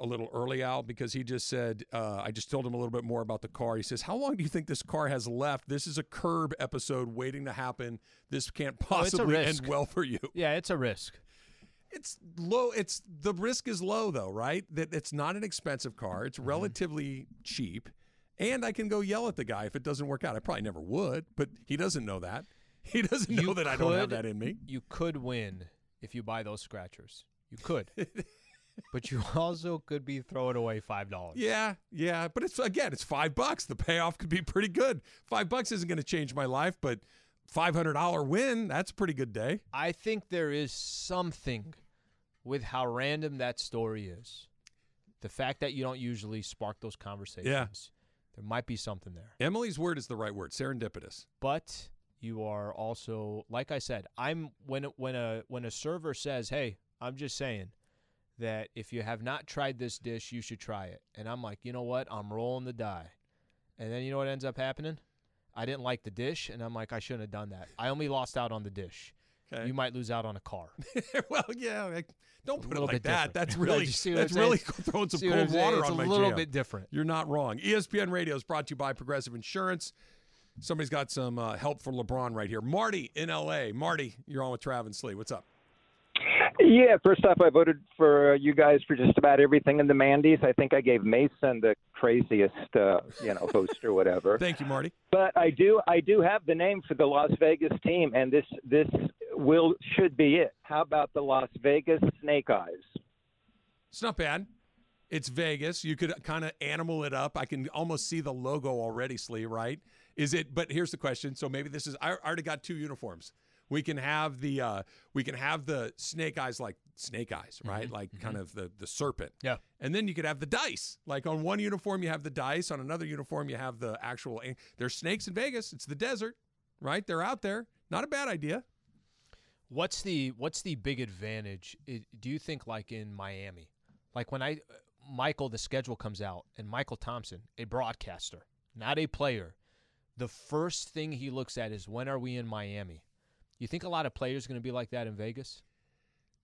Speaker 1: a little early out because he just said uh, i just told him a little bit more about the car he says how long do you think this car has left this is a curb episode waiting to happen this can't
Speaker 2: Oh, it's a
Speaker 1: possibly end
Speaker 2: risk.
Speaker 1: well for you
Speaker 2: Yeah, it's a risk.
Speaker 1: it's low it's the risk is low though right that it's not an expensive car it's relatively cheap and i can go yell at the guy if it doesn't work out i probably never would but he doesn't know that he doesn't know that i don't have
Speaker 2: could-
Speaker 1: that in me
Speaker 2: You could win if you buy those scratchers. You could. but you also could be throwing away five dollars.
Speaker 1: Yeah, yeah, but it's again, it's five bucks. The payoff could be pretty good. Five bucks isn't going to change my life, but five hundred dollar win—that's a pretty good day.
Speaker 2: I think there is something with how random that story is. The fact that you don't usually spark those conversations. There might be something there.
Speaker 1: Emily's word is the right word. Serendipitous.
Speaker 2: But you are also, like I said, I'm when a- when a when a server says, "Hey, I'm just saying that if you have not tried this dish, you should try it." And I'm like, "You know what? I'm rolling the die." And then you know what ends up happening? I didn't like the dish, and I'm like, "I shouldn't have done that. I only lost out on the dish. You might lose out on a car."
Speaker 1: well, yeah, like, don't
Speaker 2: A
Speaker 1: put it
Speaker 2: little
Speaker 1: like
Speaker 2: bit
Speaker 1: that.
Speaker 2: different.
Speaker 1: That's
Speaker 2: Right,
Speaker 1: really
Speaker 2: you see what
Speaker 1: that's
Speaker 2: I'm saying?
Speaker 1: really throwing some
Speaker 2: See what I'm
Speaker 1: cold
Speaker 2: saying?
Speaker 1: water
Speaker 2: It's
Speaker 1: on
Speaker 2: a
Speaker 1: my
Speaker 2: little
Speaker 1: jam.
Speaker 2: bit different.
Speaker 1: You're not wrong. E ESPN Radio is brought to you by Progressive Insurance. Somebody's got some uh, help for LeBron right here. Marty in L.A. Marty, you're on with Travis Lee. What's up?
Speaker 11: Yeah, first off, I voted for uh, you guys for just about everything in the Mandy's. I think I gave Mason the craziest, uh, you know, host or whatever.
Speaker 1: Thank you, Marty.
Speaker 11: But I do, I do have the name for the Las Vegas team, and this, this will should be it. How about the Las Vegas Snake Eyes?
Speaker 1: It's not bad. It's Vegas. You could kind of animal it up. I can almost see the logo already, Slee, right? Is it but here's the question. So maybe this is I I already got two uniforms. We can have the uh we can have the snake eyes like snake eyes, right? Like kind of the the serpent.
Speaker 2: Mm-hmm. Yeah.
Speaker 1: And then you could have the dice. Like on one uniform you have the dice, on another uniform you have the actual there's snakes in Vegas. It's the desert, right? They're out there. Not a bad idea.
Speaker 2: What's the what's the big advantage? i do you think like in Miami, like when I Michael the schedule comes out and Michael Thompson, a broadcaster, not a player, the first thing he looks at is when are we in Miami? You think a lot of players going to be like that in Vegas?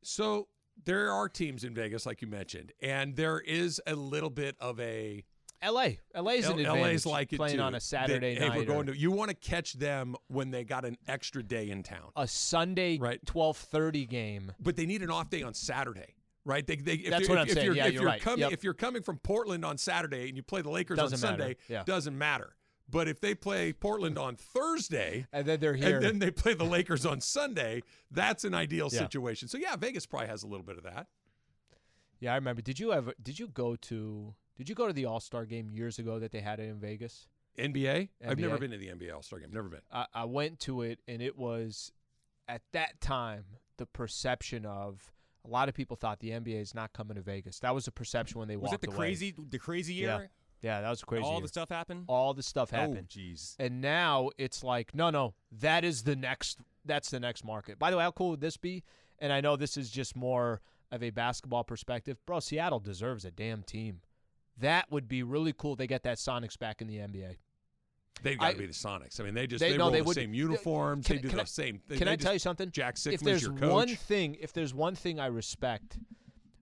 Speaker 1: So there are teams in Vegas, like you mentioned, and there is a little bit of a
Speaker 2: L.A. L.A.'s an
Speaker 1: L- LA's
Speaker 2: advantage,
Speaker 1: like it
Speaker 2: playing
Speaker 1: too.
Speaker 2: on a Saturday
Speaker 1: That, hey, we're
Speaker 2: night or-
Speaker 1: going to. You want to catch them when they got an extra day in town,
Speaker 2: A Sunday twelve thirty game.
Speaker 1: but they need an off day on Saturday, right? They, they, if
Speaker 2: That's
Speaker 1: you're-
Speaker 2: what
Speaker 1: if,
Speaker 2: I'm
Speaker 1: if
Speaker 2: saying.
Speaker 1: You're,
Speaker 2: Yeah,
Speaker 1: if
Speaker 2: you're
Speaker 1: you're
Speaker 2: right.
Speaker 1: Coming,
Speaker 2: Yep.
Speaker 1: If you're coming from Portland on Saturday and you play the Lakers on
Speaker 2: Doesn't matter.
Speaker 1: Sunday,
Speaker 2: Yeah.
Speaker 1: doesn't matter. But if they play Portland on Thursday,
Speaker 2: and then they're here.
Speaker 1: and then they play the Lakers on Sunday, that's an ideal
Speaker 2: Yeah.
Speaker 1: situation. So yeah, Vegas probably has a little bit of that.
Speaker 2: Yeah, I remember. Did you ever? Did you go to? Did you go to the All Star game years ago that they had it in Vegas?
Speaker 1: NBA? I've never
Speaker 2: NBA?
Speaker 1: been to the NBA All Star game. Never been.
Speaker 2: I, I went to it, and it was at that time the perception of a lot of people thought the NBA is not coming to Vegas. That was the perception when they
Speaker 4: Was that
Speaker 2: walked
Speaker 4: the
Speaker 2: away.
Speaker 4: crazy the crazy
Speaker 2: Yeah.
Speaker 4: year?
Speaker 2: Yeah, that was a crazy.
Speaker 4: All the
Speaker 2: year.
Speaker 4: stuff happened?
Speaker 2: All the stuff
Speaker 4: Oh,
Speaker 2: happened.
Speaker 4: jeez.
Speaker 2: And now it's like, no, no, that is the next. That's the next market. By the way, how cool would this be? And I know this is just more of a basketball perspective, bro. Seattle deserves a damn team. That would be really cool. if They get that Sonics back in the NBA.
Speaker 1: They've got
Speaker 2: I-
Speaker 1: to be the Sonics. I mean, they just
Speaker 2: They-
Speaker 1: they,
Speaker 2: no,
Speaker 1: roll
Speaker 2: they
Speaker 1: the
Speaker 2: would-
Speaker 1: same
Speaker 2: they-
Speaker 1: uniforms.
Speaker 2: can
Speaker 1: they
Speaker 2: I-
Speaker 1: do
Speaker 2: can
Speaker 1: the
Speaker 2: I-
Speaker 1: same. They,
Speaker 2: Can
Speaker 1: they
Speaker 2: I
Speaker 1: just-
Speaker 2: tell you something?
Speaker 1: Jack
Speaker 2: If
Speaker 1: Sickley's
Speaker 2: there's
Speaker 1: your coach.
Speaker 2: one thing, if there's one thing I respect,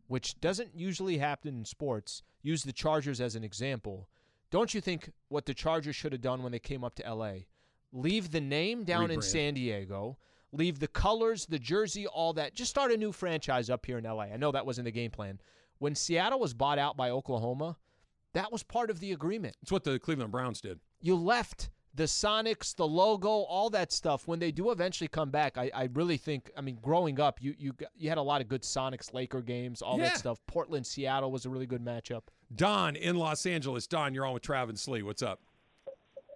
Speaker 2: which doesn't usually happen in sports, use the Chargers as an example. Don't you think what the Chargers should have done when they came up to LA? Leave the name down in
Speaker 12: Rebrand.
Speaker 2: San Diego. Leave the colors, the jersey, all that. Just start a new franchise up here in LA. I know that wasn't the game plan. When Seattle was bought out by Oklahoma, that was part of the agreement.
Speaker 1: It's what the Cleveland Browns did.
Speaker 2: You left the Sonics, the logo, all that stuff. When they do eventually come back, I, I really think. I mean, growing up, you you got- you had a lot of good Sonics Laker games, all
Speaker 1: Yeah.
Speaker 2: that stuff. Portland Seattle was a really good matchup.
Speaker 1: Don in Los Angeles. Don, you're on with Travis Slee. What's up?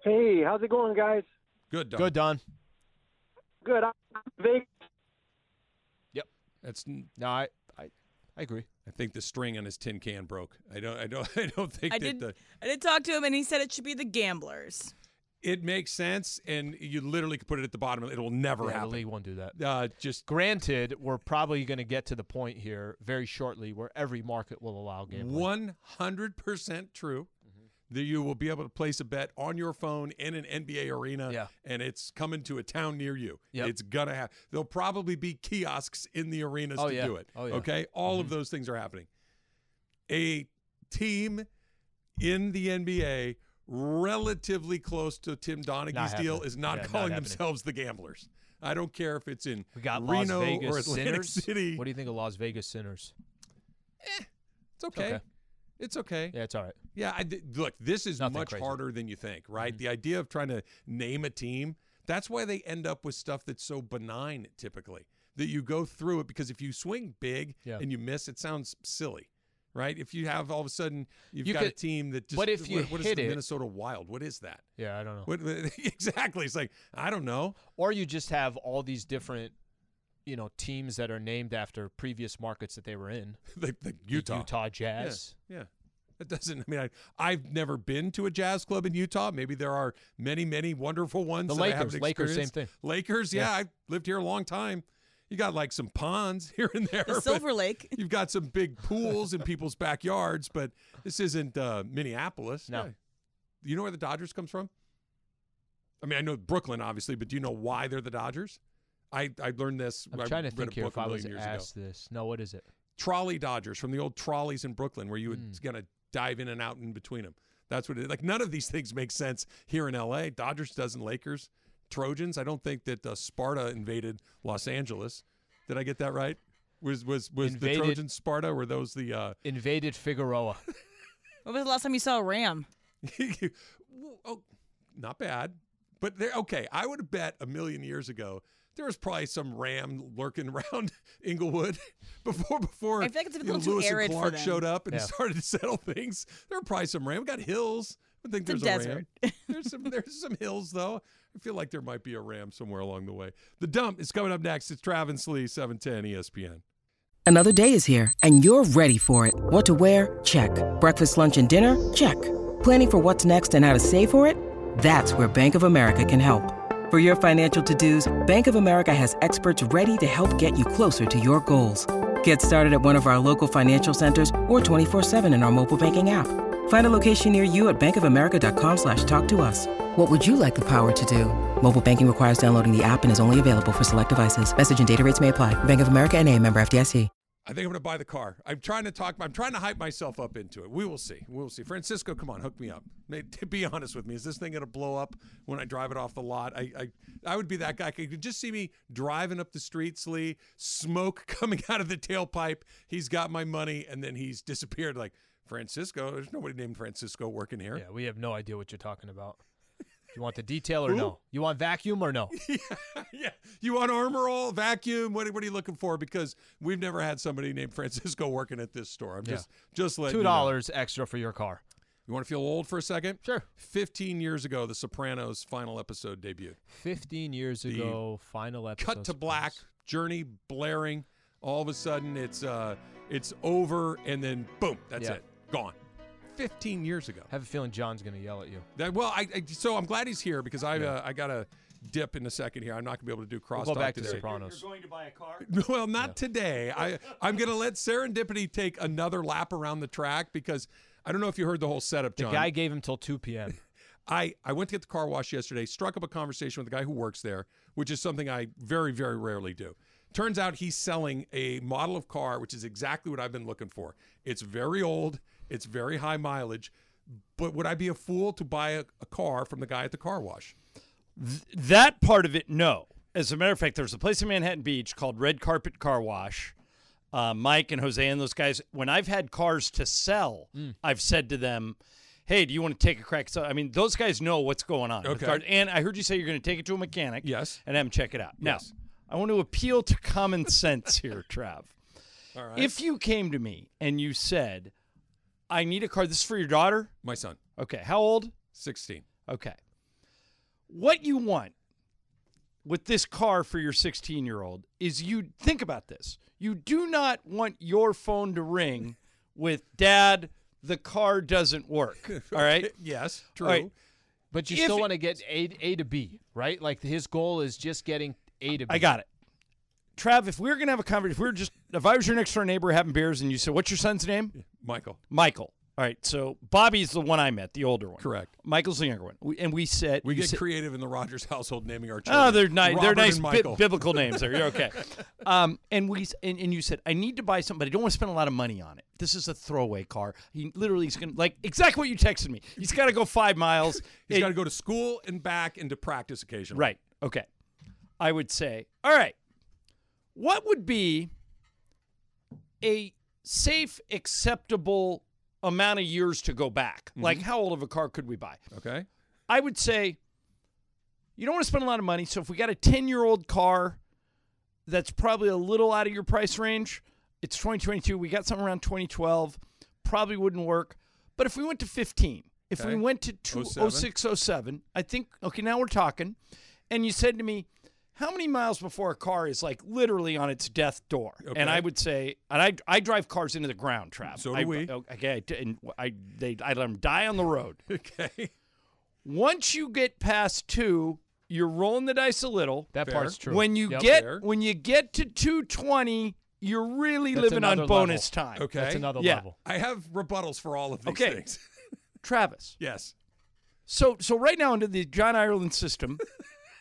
Speaker 13: Hey, how's it going, guys?
Speaker 1: Good, Don.
Speaker 2: Good Don.
Speaker 13: Good. I'm in Vegas.
Speaker 2: Yep.
Speaker 1: That's
Speaker 2: no, I I, I agree.
Speaker 1: I think the string on his tin can broke. I don't. I don't. I don't think
Speaker 3: I
Speaker 1: that
Speaker 3: did.
Speaker 1: the
Speaker 3: I did talk to him, and he said it should be the gamblers.
Speaker 1: it makes sense, and you literally could put it at the bottom. It will never
Speaker 2: Yeah, the
Speaker 1: happen.
Speaker 2: league won't do that.
Speaker 1: Uh, just
Speaker 2: granted, we're probably going to get to the point here very shortly where every market will allow gambling.
Speaker 1: One hundred percent true.
Speaker 2: Mm-hmm.
Speaker 1: That you will be able to place a bet on your phone in an NBA arena, and it's coming to a town near you.
Speaker 2: Yep.
Speaker 1: It's gonna happen. There'll probably be kiosks in the arenas
Speaker 2: Oh,
Speaker 1: to
Speaker 2: yeah.
Speaker 1: do it.
Speaker 2: Oh, yeah.
Speaker 1: Okay, all of those things are happening. A team in the NBA relatively close to Tim Donaghy's deal
Speaker 2: happening.
Speaker 1: is not
Speaker 2: Yeah, not
Speaker 1: calling
Speaker 2: happening.
Speaker 1: themselves the gamblers. I don't care if it's in
Speaker 2: We got Las
Speaker 1: Reno
Speaker 2: Vegas
Speaker 1: or Atlantic
Speaker 2: sinners.
Speaker 1: City.
Speaker 2: What do you think of Las Vegas sinners?
Speaker 1: It's okay. It's okay.
Speaker 2: Yeah, it's all right.
Speaker 1: Yeah, I did- look, this is
Speaker 2: Nothing
Speaker 1: much
Speaker 2: crazy. Mm-hmm.
Speaker 1: harder than you think, right? The idea of trying to name a team, that's why they end up with stuff that's so benign typically. That you go through it because if you swing big
Speaker 2: Yeah.
Speaker 1: and you miss, it sounds silly, right? If you have all of a sudden you've
Speaker 2: You
Speaker 1: got a
Speaker 2: could-
Speaker 1: team that just
Speaker 2: what if you
Speaker 1: what, what is
Speaker 2: hit
Speaker 1: the
Speaker 2: it-
Speaker 1: Minnesota Wild? What is that?
Speaker 2: Yeah, I don't know.
Speaker 1: What, exactly. It's like I don't know.
Speaker 2: Or you just have all these different, you know, teams that are named after previous markets that they were in.
Speaker 1: the, the Utah.
Speaker 2: Utah Jazz.
Speaker 1: Yeah. yeah. That doesn't. I mean, I, I've never been to a jazz club in Utah. Maybe there are many, many wonderful ones.
Speaker 2: The
Speaker 1: that I haven't
Speaker 2: Lakers, Lakers, same
Speaker 1: experienced.
Speaker 2: thing.
Speaker 1: Lakers. Yeah,
Speaker 2: Yeah.
Speaker 1: I lived here a long time. You got like some ponds here and there. but
Speaker 3: Silver Lake.
Speaker 1: You've got some big pools in people's backyards, but this isn't uh, Minneapolis.
Speaker 2: No.
Speaker 1: Yeah. Do you know where the Dodgers comes from? I mean, I know Brooklyn, obviously, but do you know why they're the Dodgers? I, I learned this.
Speaker 2: I'm
Speaker 1: I
Speaker 2: trying to
Speaker 1: read a
Speaker 2: think here
Speaker 1: book
Speaker 2: if
Speaker 1: a
Speaker 2: I was
Speaker 1: million years ago
Speaker 2: asked this. No, what is it?
Speaker 1: trolley dodgers from the old trolleys in Brooklyn, where you would kind of dive in and out in between them. That's what it like. None of these things make sense here in L.A. Dodgers doesn't. Lakers, Trojans. I don't think that uh, Sparta invaded Los Angeles. Did I get that right? Was was was
Speaker 2: Invaded-
Speaker 1: the Trojans Sparta? Were those the uh,
Speaker 2: invaded Figueroa?
Speaker 3: When was the last time you saw a ram?
Speaker 1: oh, not bad. But they're okay. I would have bet a million years ago there was probably some ram lurking around Inglewood before before
Speaker 3: I feel like it's a
Speaker 1: you
Speaker 3: little
Speaker 1: know,
Speaker 3: too
Speaker 1: Lewis
Speaker 3: arid
Speaker 1: and
Speaker 3: for
Speaker 1: Clark
Speaker 3: them.
Speaker 1: showed up and
Speaker 3: Yeah.
Speaker 1: started to settle things. There were probably some ram. We got hills. I think
Speaker 3: It's a
Speaker 1: there's
Speaker 3: desert.
Speaker 1: ram. There's some there's some hills though. I feel like there might be a ram somewhere along the way. The dump is coming up next. It's Travis Lee, seven ten E ESPN.
Speaker 12: Another day is here, and you're ready for it. What to wear? Check. Breakfast, lunch, and dinner? Check. Planning for what's next and how to save for it? That's where Bank of America can help. For your financial to dos, Bank of America has experts ready to help get you closer to your goals. Get started at one of our local financial centers or 24-7 in our mobile banking app. Find a location near you at bankofamerica.com slash talk to us. What would you like the power to do? Mobile banking requires downloading the app and is only available for select devices. Message and data rates may apply. Bank of America and a member FDIC.
Speaker 1: I think I'm going to buy the car. I'm trying to talk. I'm trying to hype myself up into it. We will see. We will see. Francisco, come on, hook me up. May- Be honest with me. Is this thing going to blow up when I drive it off the lot? I, I, I would be that guy. Could you just see me driving up the streets, Lee? Smoke coming out of the tailpipe. He's got my money, and then he's disappeared. Like Francisco. There's nobody named Francisco working here.
Speaker 2: Yeah, we have no idea what you're talking about. You want the detail or
Speaker 1: Who?
Speaker 2: no? You want vacuum or no?
Speaker 1: You want armor roll, vacuum? What, what are you looking for? Because we've never had somebody named Francisco working at this store. I'm
Speaker 2: Yeah.
Speaker 1: just just letting
Speaker 2: Two
Speaker 1: you know.
Speaker 2: dollars extra for your car.
Speaker 1: You want to feel old for a second? Sure. 15 years ago, The Sopranos final episode debuted.
Speaker 2: Fifteen years
Speaker 1: The
Speaker 2: ago, final episode.
Speaker 1: Cut to black, journey blaring. All of a sudden, it's uh, it's over, and then boom, that's
Speaker 2: Yeah.
Speaker 1: it, gone. 15 years ago.
Speaker 2: I have a feeling John's gonna yell at you.
Speaker 1: That, well, I, I so I'm glad he's here because I
Speaker 2: Yeah.
Speaker 1: uh, I got to dip in a second here. I'm not gonna be able to do cross.
Speaker 2: we'll go back to
Speaker 1: today.
Speaker 2: Sopranos.
Speaker 1: Well, not today. I I'm gonna let serendipity take another lap around the track because I don't know if you heard the whole setup.
Speaker 2: The
Speaker 1: John.
Speaker 2: guy gave him till two p.m.
Speaker 1: I, I went to get the car wash yesterday, struck up a conversation with the guy who works there, which is something I very, very rarely do. Turns out he's selling a model of car, which is exactly what I've been looking for. It's very old, it's very high mileage, but would I be a fool to buy a, a car from the guy at the car wash?
Speaker 14: that part of it, no. As a matter of fact, there's a place in Manhattan Beach called Red Carpet Car Wash. Uh, Mike and Jose and those guys, when I've had cars to sell,
Speaker 15: Mm.
Speaker 14: I've said to them, "Hey, do you want to take a crack?" So I mean, those guys know what's going on. with
Speaker 15: Okay.
Speaker 14: cars. And I heard you say you're going to take it to a mechanic. Yes. And have him check it out.
Speaker 15: Yes.
Speaker 14: Now, I want to appeal to common sense here, Trav.
Speaker 1: All right.
Speaker 14: If you came to me and you said, "I need a car," this is for your daughter,
Speaker 1: my son.
Speaker 14: Okay, how old?
Speaker 1: Sixteen.
Speaker 14: Okay. What you want with this car for your 16 year old is you think about this. You do not want your phone to ring with dad, the car doesn't work. All right.
Speaker 1: yes,
Speaker 14: All right.
Speaker 2: But you
Speaker 14: If-
Speaker 2: still want to get A, A to B, right? Like his goal is just getting A to B.
Speaker 14: I got it. Trav, if we were gonna have a conversation, if we were just, if I was your next door neighbor having beers, and you said, "What's your son's name?"
Speaker 1: Michael.
Speaker 14: Michael. All right. So Bobby's the one I met, the older one.
Speaker 1: Correct.
Speaker 14: Michael's the younger one, we, and we said
Speaker 1: We
Speaker 14: you
Speaker 1: get
Speaker 14: said-
Speaker 1: creative in the Rogers household naming our children.
Speaker 14: Oh, they're nice. They're
Speaker 1: Robert
Speaker 14: nice
Speaker 1: and
Speaker 14: bi-
Speaker 1: Michael.
Speaker 14: biblical names. There, you're okay. Um, and we s- and, and you said I need to buy something, but I don't want to spend a lot of money on it. This is a throwaway car. He literally is gonna like exactly what you texted me. He's got to go five miles.
Speaker 1: He's got to go to school and back and to practice occasionally.
Speaker 14: Right. Okay. I would say, all right, what would be a safe, acceptable amount of years to go back? Like, how old of a car could we buy?
Speaker 1: Mm-hmm. Okay.
Speaker 14: I would say you don't want to spend a lot of money. So if we got a 10 year old car that's probably a little out of your price range, it's 2022. We got something around 2012. Probably wouldn't work. But if we went to 15, if
Speaker 1: Okay.
Speaker 14: we went to two,
Speaker 1: 07.
Speaker 14: 06, 07, I think, okay, now we're talking. And you said to me, how many miles before a car is like literally on its death door?
Speaker 1: Okay.
Speaker 14: And I would say, and I, I drive cars into the ground, Trav.
Speaker 1: So do
Speaker 14: I,
Speaker 1: we.
Speaker 14: Okay, I, and I they I let them die on the road.
Speaker 1: okay.
Speaker 14: Once you get past two, you're rolling the dice a little.
Speaker 2: That Fair. part's true.
Speaker 14: When you
Speaker 2: Yep.
Speaker 14: get
Speaker 2: Fair.
Speaker 14: when you get to two twenty, you're really
Speaker 2: That's
Speaker 14: living on
Speaker 2: another
Speaker 14: bonus
Speaker 2: level.
Speaker 14: time.
Speaker 1: Okay.
Speaker 14: yeah.
Speaker 1: I have rebuttals for all of these
Speaker 14: Okay.
Speaker 1: things.
Speaker 14: Travis.
Speaker 1: Yes.
Speaker 14: So so right now into the John Ireland system,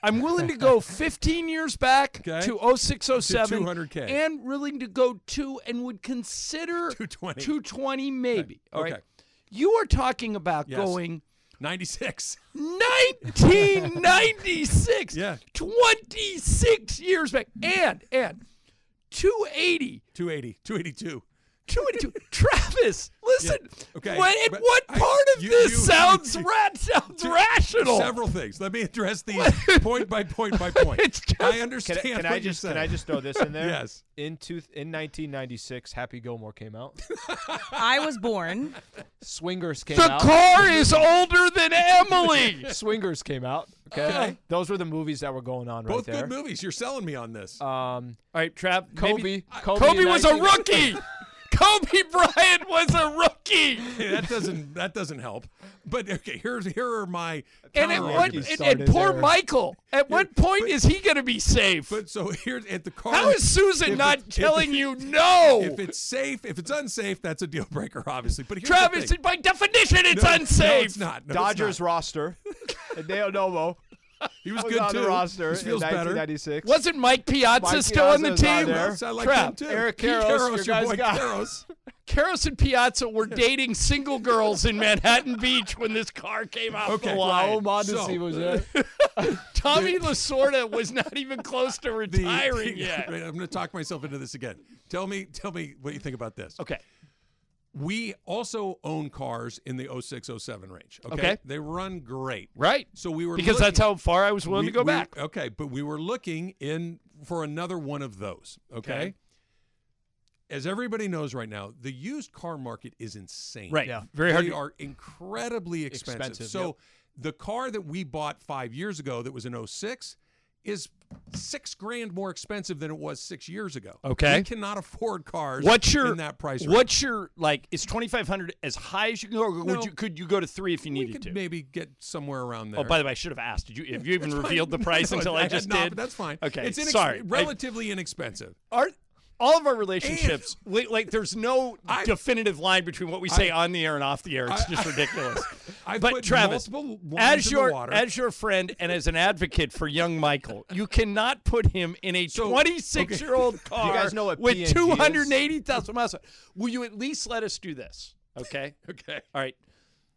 Speaker 14: I'm willing to go 15 years back
Speaker 1: Okay.
Speaker 14: to 0607
Speaker 1: To 200K.
Speaker 14: and willing to go to and would consider
Speaker 1: 220.
Speaker 14: 220 maybe. All right.
Speaker 1: Okay.
Speaker 14: You are talking about
Speaker 1: Yes.
Speaker 14: going
Speaker 1: 96.
Speaker 14: 1996.
Speaker 1: Yeah.
Speaker 14: 26 years back. And and 280
Speaker 1: 280. 282.
Speaker 14: 282 Travis, listen.
Speaker 1: Okay.
Speaker 14: What, at
Speaker 1: but
Speaker 14: what
Speaker 1: I-
Speaker 14: part of
Speaker 1: you-
Speaker 14: this
Speaker 1: you-
Speaker 14: sounds
Speaker 1: you-
Speaker 14: ra- sounds
Speaker 1: Two-
Speaker 14: rational?
Speaker 1: Several things. Let me address these point by point by point. I understand.
Speaker 2: Can, I- can
Speaker 1: what
Speaker 2: I
Speaker 1: you're
Speaker 2: just
Speaker 1: saying.
Speaker 2: can I just throw this in there?
Speaker 1: yes.
Speaker 2: In two, in 1996, Happy Gilmore came out.
Speaker 3: I was born.
Speaker 2: Swingers came
Speaker 3: The
Speaker 2: out.
Speaker 3: car is
Speaker 14: older than Emily.
Speaker 2: Swingers came out. Okay.
Speaker 1: Okay.
Speaker 2: Those were the movies that were going on
Speaker 1: Both
Speaker 2: right there.
Speaker 1: good movies. You're selling me on this.
Speaker 14: Uh,
Speaker 2: Um,
Speaker 14: All right, Trav.
Speaker 2: Kobe.
Speaker 14: maybe-
Speaker 2: Kobe,
Speaker 14: Kobe was a
Speaker 2: 19
Speaker 14: rookie. Kobe Bryant was a rookie.
Speaker 1: Okay, that doesn't that doesn't help. But okay, here's here are my
Speaker 14: And at what?
Speaker 1: counterarguments.
Speaker 14: And, and poor Michael. At what point is he going to be safe?
Speaker 1: But so here's at the car.
Speaker 14: How is Susan
Speaker 1: Oh, if
Speaker 14: not
Speaker 1: it- if-
Speaker 14: telling you no?
Speaker 1: If it's safe, if it's unsafe, that's a deal breaker, obviously. But here's the
Speaker 14: Travis,
Speaker 1: thing.
Speaker 14: by definition, it's
Speaker 1: No, no, it's
Speaker 14: unsafe.
Speaker 1: not. No, it's
Speaker 2: Dodgers
Speaker 1: not.
Speaker 2: roster. Deo Novo.
Speaker 1: He was
Speaker 2: was
Speaker 1: good
Speaker 2: on
Speaker 1: too.
Speaker 2: the roster
Speaker 1: This
Speaker 2: in
Speaker 1: feels better.
Speaker 2: 1996.
Speaker 14: Wasn't Mike Piazza
Speaker 2: Mike
Speaker 14: still on the
Speaker 2: Piazza was on
Speaker 14: team?
Speaker 2: there.
Speaker 1: I like
Speaker 14: Crap.
Speaker 1: him too.
Speaker 2: Eric
Speaker 1: Pete
Speaker 2: Karros, your
Speaker 1: your,
Speaker 2: guy's
Speaker 1: boy
Speaker 2: guy.
Speaker 1: Karros.
Speaker 14: Karros and Piazza were dating single girls in Manhattan Beach when this car came out
Speaker 1: Okay.
Speaker 14: the
Speaker 2: Raul
Speaker 14: line.
Speaker 2: Mondesi
Speaker 1: So-
Speaker 2: was there.
Speaker 14: Tommy Lasorda was not even close to
Speaker 1: The-
Speaker 14: retiring
Speaker 1: the-
Speaker 14: yet.
Speaker 1: I'm going to talk myself into this again. Tell me, tell me what you think about this.
Speaker 14: Okay.
Speaker 1: We also own cars in the 06, 07 range. Okay.
Speaker 14: Okay.
Speaker 1: They run great.
Speaker 14: Right.
Speaker 1: So we were
Speaker 14: because that's
Speaker 1: looking-
Speaker 14: how far I was willing
Speaker 1: we-
Speaker 14: to go
Speaker 1: we-
Speaker 14: back.
Speaker 1: Okay, but we were looking in for another one of those. Okay?
Speaker 14: Okay.
Speaker 1: As everybody knows right now, the used car market is insane.
Speaker 14: Right. Yeah. Very hard
Speaker 1: They
Speaker 14: to-
Speaker 1: are incredibly expensive.
Speaker 14: Expensive,
Speaker 1: so
Speaker 14: yep.
Speaker 1: the car that we bought five years ago that was an 06 is six grand more expensive than it was six years ago.
Speaker 14: Okay.
Speaker 1: We cannot afford cars
Speaker 14: What's your
Speaker 1: in that price range.
Speaker 14: What's your like? Is twenty five hundred as high as you can go? Or
Speaker 1: No.
Speaker 14: would you could you go to three if you
Speaker 1: we
Speaker 14: needed
Speaker 1: could
Speaker 14: to?
Speaker 1: maybe get somewhere around there.
Speaker 14: Oh, by the way, I should have asked. Did you? Have you even
Speaker 1: That's fine.
Speaker 14: revealed the price
Speaker 1: No,
Speaker 14: until I,
Speaker 1: had
Speaker 14: just
Speaker 1: not,
Speaker 14: did?
Speaker 1: but that's fine.
Speaker 14: Okay.
Speaker 1: It's inex-
Speaker 14: sorry. I-
Speaker 1: relatively inexpensive.
Speaker 14: are all of our relationships li- like there's no definitive line between what we say on the air and off the air. It's just ridiculous.
Speaker 1: I've
Speaker 14: but
Speaker 1: put
Speaker 14: Travis,
Speaker 1: multiple
Speaker 14: as
Speaker 1: lines in the
Speaker 14: your
Speaker 1: water.
Speaker 14: as your friend and as an advocate for young Michael, you cannot put him in a
Speaker 1: So,
Speaker 14: 26 year old car
Speaker 2: you guys know what
Speaker 14: with
Speaker 2: PNG is?
Speaker 14: 280,000 miles. on it. Will you at least let us do this? Okay.
Speaker 1: Okay.
Speaker 14: All right.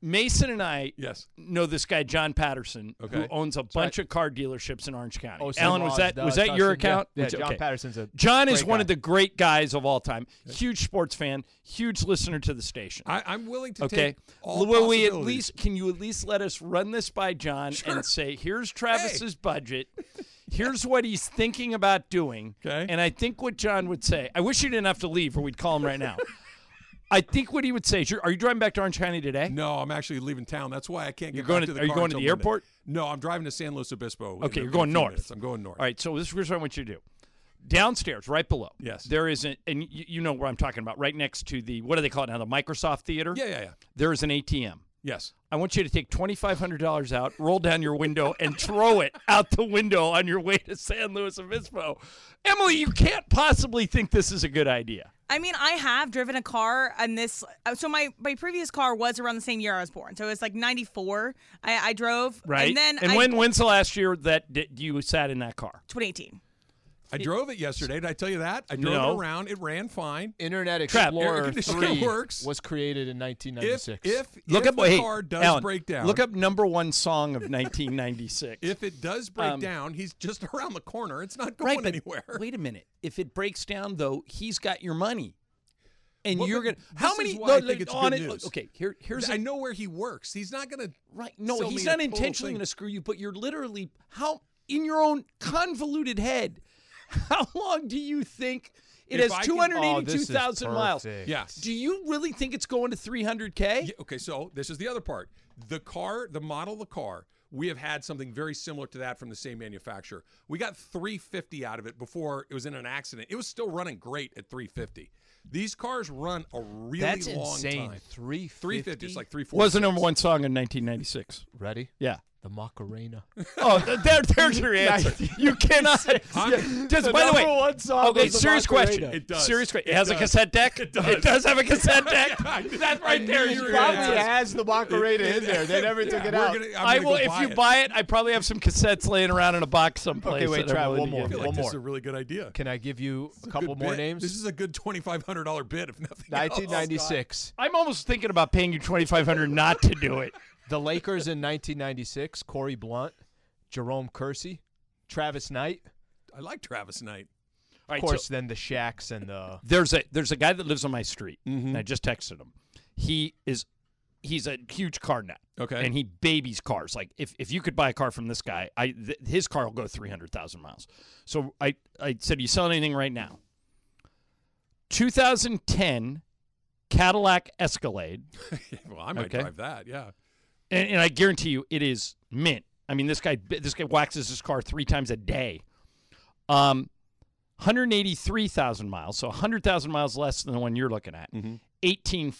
Speaker 14: Mason and I
Speaker 1: Yes.
Speaker 14: know this guy John Patterson, who
Speaker 1: Okay.
Speaker 14: owns a bunch of car dealerships in Orange County.
Speaker 2: Oh, Sam
Speaker 14: Alan, was
Speaker 2: Ross
Speaker 14: that
Speaker 2: does,
Speaker 14: was that your
Speaker 2: Dustin, yeah.
Speaker 14: account?
Speaker 2: Yeah,
Speaker 14: Which-
Speaker 2: John Patterson's a
Speaker 14: John is
Speaker 2: great
Speaker 14: one
Speaker 2: guy.
Speaker 14: of the great guys of all time. Huge sports fan, huge listener to the station.
Speaker 1: I, I'm willing to
Speaker 14: okay,
Speaker 1: take all
Speaker 14: will we at
Speaker 1: possibilities.
Speaker 14: least can you at least let us run this by John and say here's Travis's budget, here's what he's thinking about doing,
Speaker 1: Okay.
Speaker 14: and I think what John would say. I wish you didn't have to leave, or we'd call him right now. I think what he would say is, you're, "Are you driving back to Orange County today?"
Speaker 1: No, I'm actually leaving town. That's why I can't get
Speaker 14: You're going
Speaker 1: back
Speaker 14: to-
Speaker 1: to the
Speaker 14: are you
Speaker 1: car
Speaker 14: going to
Speaker 1: until
Speaker 14: the
Speaker 1: Monday.
Speaker 14: airport?
Speaker 1: No, I'm driving to San Luis Obispo. in
Speaker 14: Okay,
Speaker 1: a-
Speaker 14: you're
Speaker 1: in
Speaker 14: going
Speaker 1: a few
Speaker 14: north.
Speaker 1: minutes. I'm going north.
Speaker 14: All right, so this is what I want you to do. Downstairs, right below.
Speaker 1: Yes.
Speaker 14: There is an, and you, you know what I'm talking about, right next to the, what do they call it now, the Microsoft Theater?
Speaker 1: Yeah, yeah, yeah.
Speaker 14: There is an ATM.
Speaker 1: Yes.
Speaker 14: I want you to take $2,500 out, roll down your window, and throw it out the window on your way to San Luis Obispo. Emily, you can't possibly think this is a good idea.
Speaker 3: I mean, I have driven a car and this. uh, So my my previous car was around the same year I was born. So it was like '94. I, I drove.
Speaker 14: Right.
Speaker 3: And then I,
Speaker 14: when, when's the last year that d- you sat in that car?
Speaker 3: 2018.
Speaker 1: I drove it yesterday. Did I tell you that? I drove
Speaker 14: No.
Speaker 1: it around. It ran fine.
Speaker 14: Internet
Speaker 1: Air
Speaker 2: Explorer
Speaker 1: conditioning
Speaker 2: 3
Speaker 1: works.
Speaker 2: was created in 1996.
Speaker 1: If-
Speaker 14: Look
Speaker 1: if
Speaker 14: up
Speaker 1: the
Speaker 14: hey,
Speaker 1: car does
Speaker 14: Alan,
Speaker 1: break down-
Speaker 14: Look up number one song of 1996.
Speaker 1: If it does break
Speaker 14: Um,
Speaker 1: down, he's just around the corner. It's not
Speaker 14: Right,
Speaker 1: going
Speaker 14: but
Speaker 1: anywhere.
Speaker 14: Wait a minute. If it breaks down, though, he's got your money, and
Speaker 1: Well,
Speaker 14: you're
Speaker 1: but
Speaker 14: gonna. How
Speaker 1: this
Speaker 14: many?
Speaker 1: Is why
Speaker 14: no,
Speaker 1: I think it's
Speaker 14: on
Speaker 1: good
Speaker 14: it-
Speaker 1: news.
Speaker 14: Okay, here, here's.
Speaker 1: I
Speaker 14: a-
Speaker 1: know where he works. He's not going to.
Speaker 14: Right. No, he's not intentionally going to screw you, but you're literally how in your own convoluted head. How long do you think it
Speaker 1: If I
Speaker 14: has
Speaker 1: can-
Speaker 14: two
Speaker 1: Oh,
Speaker 14: hundred
Speaker 1: this
Speaker 14: eighty-two
Speaker 1: is
Speaker 14: thousand miles?
Speaker 1: perfect. Yes.
Speaker 14: Do you really think it's going to three hundred k?
Speaker 1: Okay, so this is the other part. The car, the model of the car, we have had something very similar to that from the same manufacturer. We got 350 out of it before it was in an accident. It was still running great at 350. These cars run a really
Speaker 14: That's
Speaker 1: long
Speaker 14: insane.
Speaker 1: time.
Speaker 14: 350?
Speaker 1: 350. It's like 340.
Speaker 14: Was the number one song in nineteen ninety-six?
Speaker 2: Ready?
Speaker 14: Yeah.
Speaker 2: The Macarena.
Speaker 14: Oh, th- there, there's your answer. You cannot.
Speaker 2: I'm-
Speaker 14: Yeah. Just
Speaker 2: The
Speaker 14: by the way,
Speaker 2: number one song
Speaker 14: okay.
Speaker 2: was the
Speaker 14: Serious question.
Speaker 2: Macarena. It
Speaker 1: does.
Speaker 14: Serious question. It,
Speaker 1: It
Speaker 14: has a
Speaker 1: does.
Speaker 14: cassette deck.
Speaker 1: It does.
Speaker 14: have a cassette deck. that right there is your answer.
Speaker 2: the
Speaker 14: Macarena in there. They never
Speaker 2: took it
Speaker 14: out. I will. If you buy it, I probably have some cassettes laying around in a box someplace.
Speaker 2: Okay, wait,
Speaker 14: that I'm
Speaker 2: try
Speaker 14: willing
Speaker 2: one
Speaker 14: to
Speaker 2: more,
Speaker 14: give you.
Speaker 1: I feel like this is a really good idea.
Speaker 2: Can I give you a
Speaker 1: Good
Speaker 2: couple more
Speaker 1: bit.
Speaker 2: names?
Speaker 1: This is a good $2,500 bid, if nothing else.
Speaker 2: 1996.
Speaker 14: I'm almost thinking about paying you 2,500 not to do it.
Speaker 2: The Lakers in 1996. Corey Blunt, Jerome Kersey, Travis Knight.
Speaker 1: I like Travis Knight.
Speaker 14: All right,
Speaker 2: Of course,
Speaker 14: so-
Speaker 2: then the Shacks and the.
Speaker 14: There's a there's a guy that lives on my street. And I just texted him. He is he's a huge car nut.
Speaker 1: Okay.
Speaker 14: And he babies cars. Like if, if you could buy a car from this guy, I th- his car will go 300,000 miles. So I I said, "You selling anything right now?" 2010 Cadillac Escalade.
Speaker 1: well, I might
Speaker 14: Okay.
Speaker 1: drive that. Yeah.
Speaker 14: and, and I guarantee you, it is mint. I mean, this guy this guy waxes his car three times a day. Um, 183,000 miles, so 100,000 miles less than the one you're looking at. 18.5.
Speaker 1: Yeah,
Speaker 14: is
Speaker 1: Mm-hmm.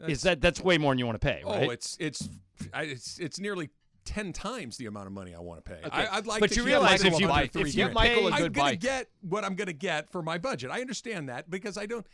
Speaker 1: that's-
Speaker 14: that that's way more than you want to pay,
Speaker 1: Oh,
Speaker 14: right?
Speaker 1: it's it's I, it's it's nearly ten times the amount of money I want to pay.
Speaker 14: Okay.
Speaker 1: I, would like,
Speaker 14: But
Speaker 1: to
Speaker 14: you
Speaker 1: keep
Speaker 14: realize
Speaker 1: Michael
Speaker 14: if you-
Speaker 1: under
Speaker 14: if
Speaker 1: three
Speaker 14: you
Speaker 1: grand.
Speaker 14: Michael a
Speaker 1: I'm
Speaker 14: good
Speaker 1: gonna
Speaker 14: bike.
Speaker 1: get what I'm going to get for my budget. I understand that because I don't.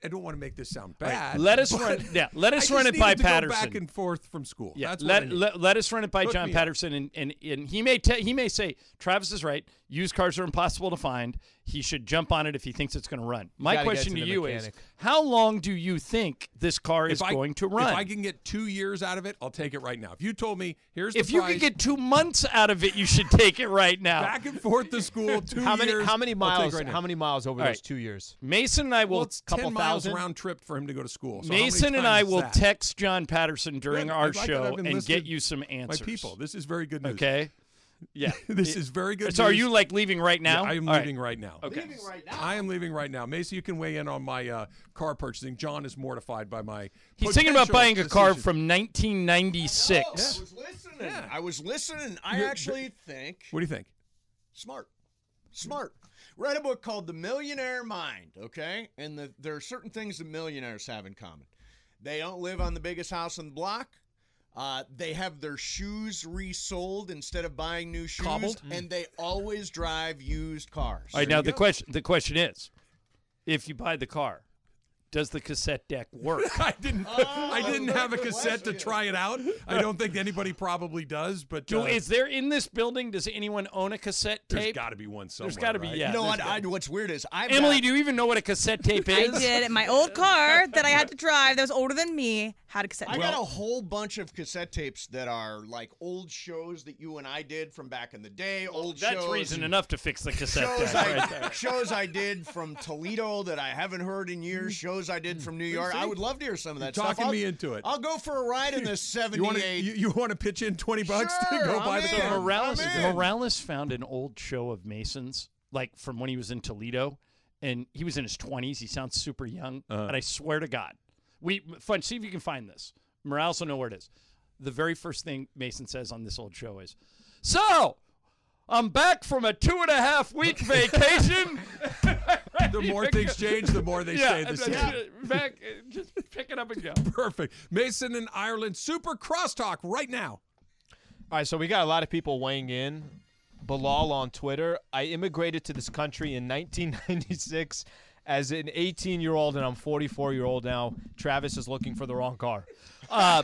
Speaker 1: I don't want to make this sound
Speaker 14: right,
Speaker 1: bad.
Speaker 14: let us
Speaker 1: but
Speaker 14: run- yeah, let
Speaker 1: I
Speaker 14: us
Speaker 1: just
Speaker 14: run it
Speaker 1: needed
Speaker 14: by
Speaker 1: to go back
Speaker 14: Patterson.
Speaker 1: and forth from school.
Speaker 14: yeah,
Speaker 1: That's what I
Speaker 14: let,
Speaker 1: need.
Speaker 14: let, let us run it by
Speaker 1: Hook
Speaker 14: John
Speaker 1: me up.
Speaker 14: Patterson, and, and, and he may te- he may say Travis is right. Used cars are impossible to find. He should jump on it if he thinks it's going to run. My
Speaker 2: gotta get
Speaker 14: question
Speaker 2: to
Speaker 14: to,
Speaker 2: the
Speaker 14: you
Speaker 2: mechanic.
Speaker 14: is: How long do you think this car is
Speaker 1: If I-
Speaker 14: going to run?
Speaker 1: If I can get two years out of it, I'll take it right now. If you told me here's
Speaker 14: if
Speaker 1: the
Speaker 14: you
Speaker 1: price,
Speaker 14: could get two months out of it, you should take it right now.
Speaker 1: back and forth to school, two
Speaker 2: How many?
Speaker 1: years,
Speaker 2: How many
Speaker 1: I'll take
Speaker 2: miles?
Speaker 1: right now.
Speaker 2: how many miles over
Speaker 14: All
Speaker 2: those
Speaker 14: right.
Speaker 2: two years?
Speaker 14: Mason and I will
Speaker 1: Well, it's
Speaker 14: couple
Speaker 1: ten miles
Speaker 14: thousand.
Speaker 1: round trip for him to go to school. So how many
Speaker 14: Mason and
Speaker 1: times
Speaker 14: I
Speaker 1: is
Speaker 14: will
Speaker 1: that?
Speaker 14: text John Patterson during
Speaker 1: Good.
Speaker 14: our
Speaker 1: I like that
Speaker 14: show
Speaker 1: I've
Speaker 14: and get
Speaker 1: enlisted
Speaker 14: you some answers.
Speaker 1: My people, this is very good news.
Speaker 14: Okay. Yeah.
Speaker 1: This is very good.
Speaker 14: So are
Speaker 1: news.
Speaker 14: you like leaving right now?
Speaker 1: Yeah, I am
Speaker 14: All right.
Speaker 1: leaving right now.
Speaker 14: Okay.
Speaker 1: I am leaving right now. Mason, you can weigh in on my uh, car purchasing. John is mortified by my.
Speaker 14: He's thinking about
Speaker 1: potential
Speaker 14: buying a car
Speaker 1: decision.
Speaker 14: from 1996.
Speaker 15: listening. I was listening. I
Speaker 1: You're-
Speaker 15: actually think
Speaker 1: What do you think?
Speaker 15: smart, smart. Read a book called The Millionaire Mind. Okay, and the, there are certain things the millionaires have in common. They don't live on the biggest house on the block. Uh, they have their shoes resold instead of buying new shoes,
Speaker 14: Cobbled?
Speaker 15: and they always drive used cars.
Speaker 14: All right. Now the question the question is, if you buy the car, does the cassette deck work?
Speaker 1: I didn't.
Speaker 15: Oh,
Speaker 1: I didn't have a cassette to try it out. I don't think anybody probably does. But
Speaker 14: Do,
Speaker 1: uh,
Speaker 14: is there in this building? Does anyone own a cassette
Speaker 1: There's
Speaker 14: tape?
Speaker 1: gotta be one
Speaker 14: There's
Speaker 1: somewhere,
Speaker 14: got to be.
Speaker 1: right?
Speaker 14: Yeah.
Speaker 15: You know
Speaker 14: there's
Speaker 15: what?
Speaker 14: gotta
Speaker 15: I, what's weird is I
Speaker 14: be. Emily, do you even know what a cassette tape
Speaker 3: I
Speaker 14: is?
Speaker 3: did. it. My old car that I had to drive that was older than me had a cassette.
Speaker 15: I
Speaker 3: tape.
Speaker 15: got a whole bunch of cassette tapes that are like old shows that you and I did from back in the day. Old
Speaker 14: That's
Speaker 15: shows.
Speaker 14: reason enough to fix the cassette
Speaker 15: Shows
Speaker 14: deck. right
Speaker 15: I,
Speaker 14: there.
Speaker 15: shows I did from Toledo that I haven't heard in years. Shows I did from New York. I would love to hear some of
Speaker 1: Mm. You're
Speaker 15: that stuff.
Speaker 1: talking
Speaker 15: I'll-
Speaker 1: me into it.
Speaker 15: I'll go for a ride in the
Speaker 1: you want to
Speaker 15: 78.
Speaker 1: you, you want to pitch in twenty bucks
Speaker 15: Sure,
Speaker 1: to go
Speaker 15: I'm
Speaker 1: buy the
Speaker 15: in.
Speaker 1: car?
Speaker 15: Morales-
Speaker 14: Morales,
Speaker 15: I'm in.
Speaker 14: Morales found an old show of Mason's, like from when he was in Toledo, and he was in his 20s. He sounds super young.
Speaker 1: Uh-huh.
Speaker 14: And I swear to God, we fun, see if you can find this. Morales will know where it is. The very first thing Mason says on this old show is, So, I'm back from a two and a half week vacation.
Speaker 1: The more things change, the more they
Speaker 14: Yeah,
Speaker 1: stay the
Speaker 14: and
Speaker 1: same.
Speaker 14: that's it. Back, uh, just pick it up and go.
Speaker 1: Perfect. Mason in Ireland, super crosstalk right now.
Speaker 2: All right, so we got a lot of people weighing in. Bilal on Twitter. I immigrated to this country in 1996 as an 18 year old, and I'm 44 year old now. Travis is looking for the wrong car.
Speaker 14: Uh,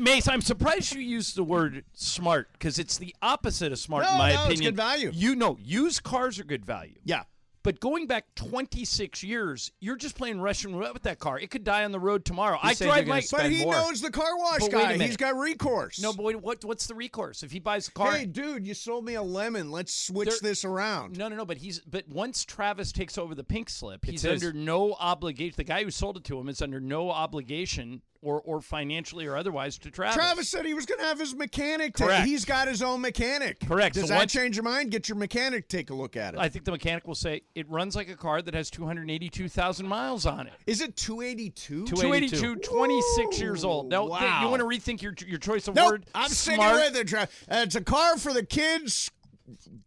Speaker 14: Mace, I'm surprised you used the word smart because it's the opposite of smart in
Speaker 4: No,
Speaker 14: my
Speaker 4: no, it's
Speaker 14: opinion.
Speaker 4: good value.
Speaker 14: You know, used cars are good value.
Speaker 4: Yeah.
Speaker 14: But going back 26 years, you're just playing Russian roulette with that car. It could die on the road tomorrow.
Speaker 4: He's
Speaker 14: I
Speaker 4: saying
Speaker 14: drive
Speaker 4: you're gonna
Speaker 14: my.
Speaker 4: spend But he more. knows
Speaker 15: the car wash
Speaker 14: But wait a
Speaker 15: guy.
Speaker 14: minute.
Speaker 15: He's got recourse.
Speaker 14: No, but wait, what? What's the recourse if he buys the car?
Speaker 15: Hey, dude, you sold me a lemon. Let's switch
Speaker 14: There-
Speaker 15: this around.
Speaker 14: No, no, no. But he's but once Travis takes over the pink slip,
Speaker 15: It's
Speaker 14: he's
Speaker 15: his.
Speaker 14: under no obligation. The guy who sold it to him is under no obligation or or financially or otherwise to Travis.
Speaker 15: Travis said he was going to have his mechanic. ta-
Speaker 14: Correct.
Speaker 15: he's got his own mechanic.
Speaker 14: Correct.
Speaker 15: Does
Speaker 14: So
Speaker 15: that
Speaker 14: once-
Speaker 15: change your mind? Get your mechanic to take a look at it.
Speaker 14: I think the mechanic will say it runs like a car that has 282,000 miles on it.
Speaker 15: Is it 282?
Speaker 14: 282, 26 years old. Now, th-
Speaker 15: wow.
Speaker 14: you want to rethink your your choice of
Speaker 15: Nope,
Speaker 14: word?
Speaker 15: I'm sticking
Speaker 14: Smart.
Speaker 15: with it, Travis. uh, It's a car for the kids.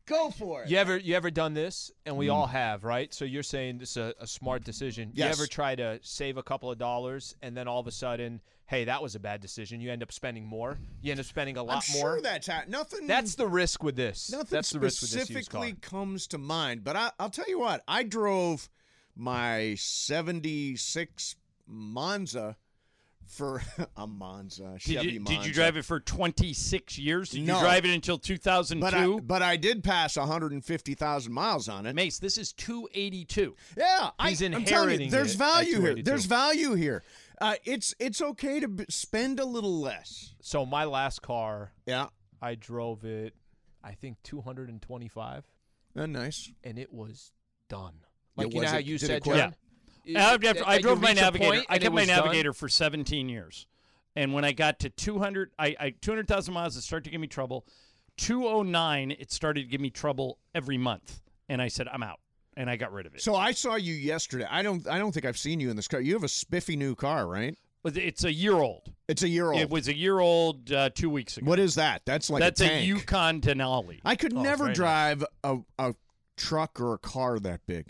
Speaker 15: Go for it.
Speaker 2: You ever you ever done this? And
Speaker 15: Mm.
Speaker 2: we all have, right? So you're saying this is a, a smart decision.
Speaker 15: Yes.
Speaker 2: You ever try to save a couple of dollars and then all of a sudden, hey, that was a bad decision. You end up spending more. You end up spending a lot
Speaker 15: I'm
Speaker 2: more.
Speaker 15: sure that's how, nothing.
Speaker 2: That's the risk with this.
Speaker 15: Nothing
Speaker 2: That's the risk with this used car.
Speaker 15: specifically comes to mind, but I, I'll tell you what. I drove my '76 Monza for a Monza
Speaker 14: Did
Speaker 15: Uh, Chevy
Speaker 14: you,
Speaker 15: Monza.
Speaker 14: did you drive it for 26 years? Did
Speaker 15: No.
Speaker 14: you drive it until 2002?
Speaker 15: But I, but I did pass 150,000 miles on it.
Speaker 14: Mace, this is 282.
Speaker 15: Yeah, I,
Speaker 14: He's
Speaker 15: I'm telling you,
Speaker 14: inheriting
Speaker 15: there's
Speaker 14: it at
Speaker 15: value here.
Speaker 2: 282.
Speaker 15: There's value here. Uh, it's it's okay to b- spend a little less.
Speaker 2: So my last car,
Speaker 15: yeah,
Speaker 2: I drove it. I think 225,
Speaker 15: Uh, nice.
Speaker 2: and it was done.
Speaker 15: Yeah,
Speaker 2: Like you know
Speaker 15: was
Speaker 2: how
Speaker 15: it-
Speaker 2: you
Speaker 15: did it
Speaker 2: said,
Speaker 15: quit?
Speaker 2: John? It-
Speaker 14: I, have-
Speaker 2: that-
Speaker 14: I
Speaker 2: that you
Speaker 14: drove my
Speaker 2: reach a
Speaker 14: navigator.
Speaker 2: point
Speaker 14: I
Speaker 2: and it
Speaker 14: kept my
Speaker 2: was done?
Speaker 14: navigator for 17 years, and when I got to 200, I, I 200,000 miles, it started to give me trouble. 209, it started to give me trouble every month, and I said, I'm out, and I got rid of it.
Speaker 15: So I saw you yesterday. I don't I don't think I've seen you in this car. You have a spiffy new car, right?
Speaker 14: But it's a year old.
Speaker 15: It's a year old.
Speaker 14: It was a year old uh, two weeks ago.
Speaker 15: What is that? That's like
Speaker 14: That's
Speaker 15: a
Speaker 14: a,
Speaker 15: tank.
Speaker 14: Yukon Denali.
Speaker 15: I could
Speaker 14: Oh,
Speaker 15: never
Speaker 14: very
Speaker 15: drive a, a truck or a car that big.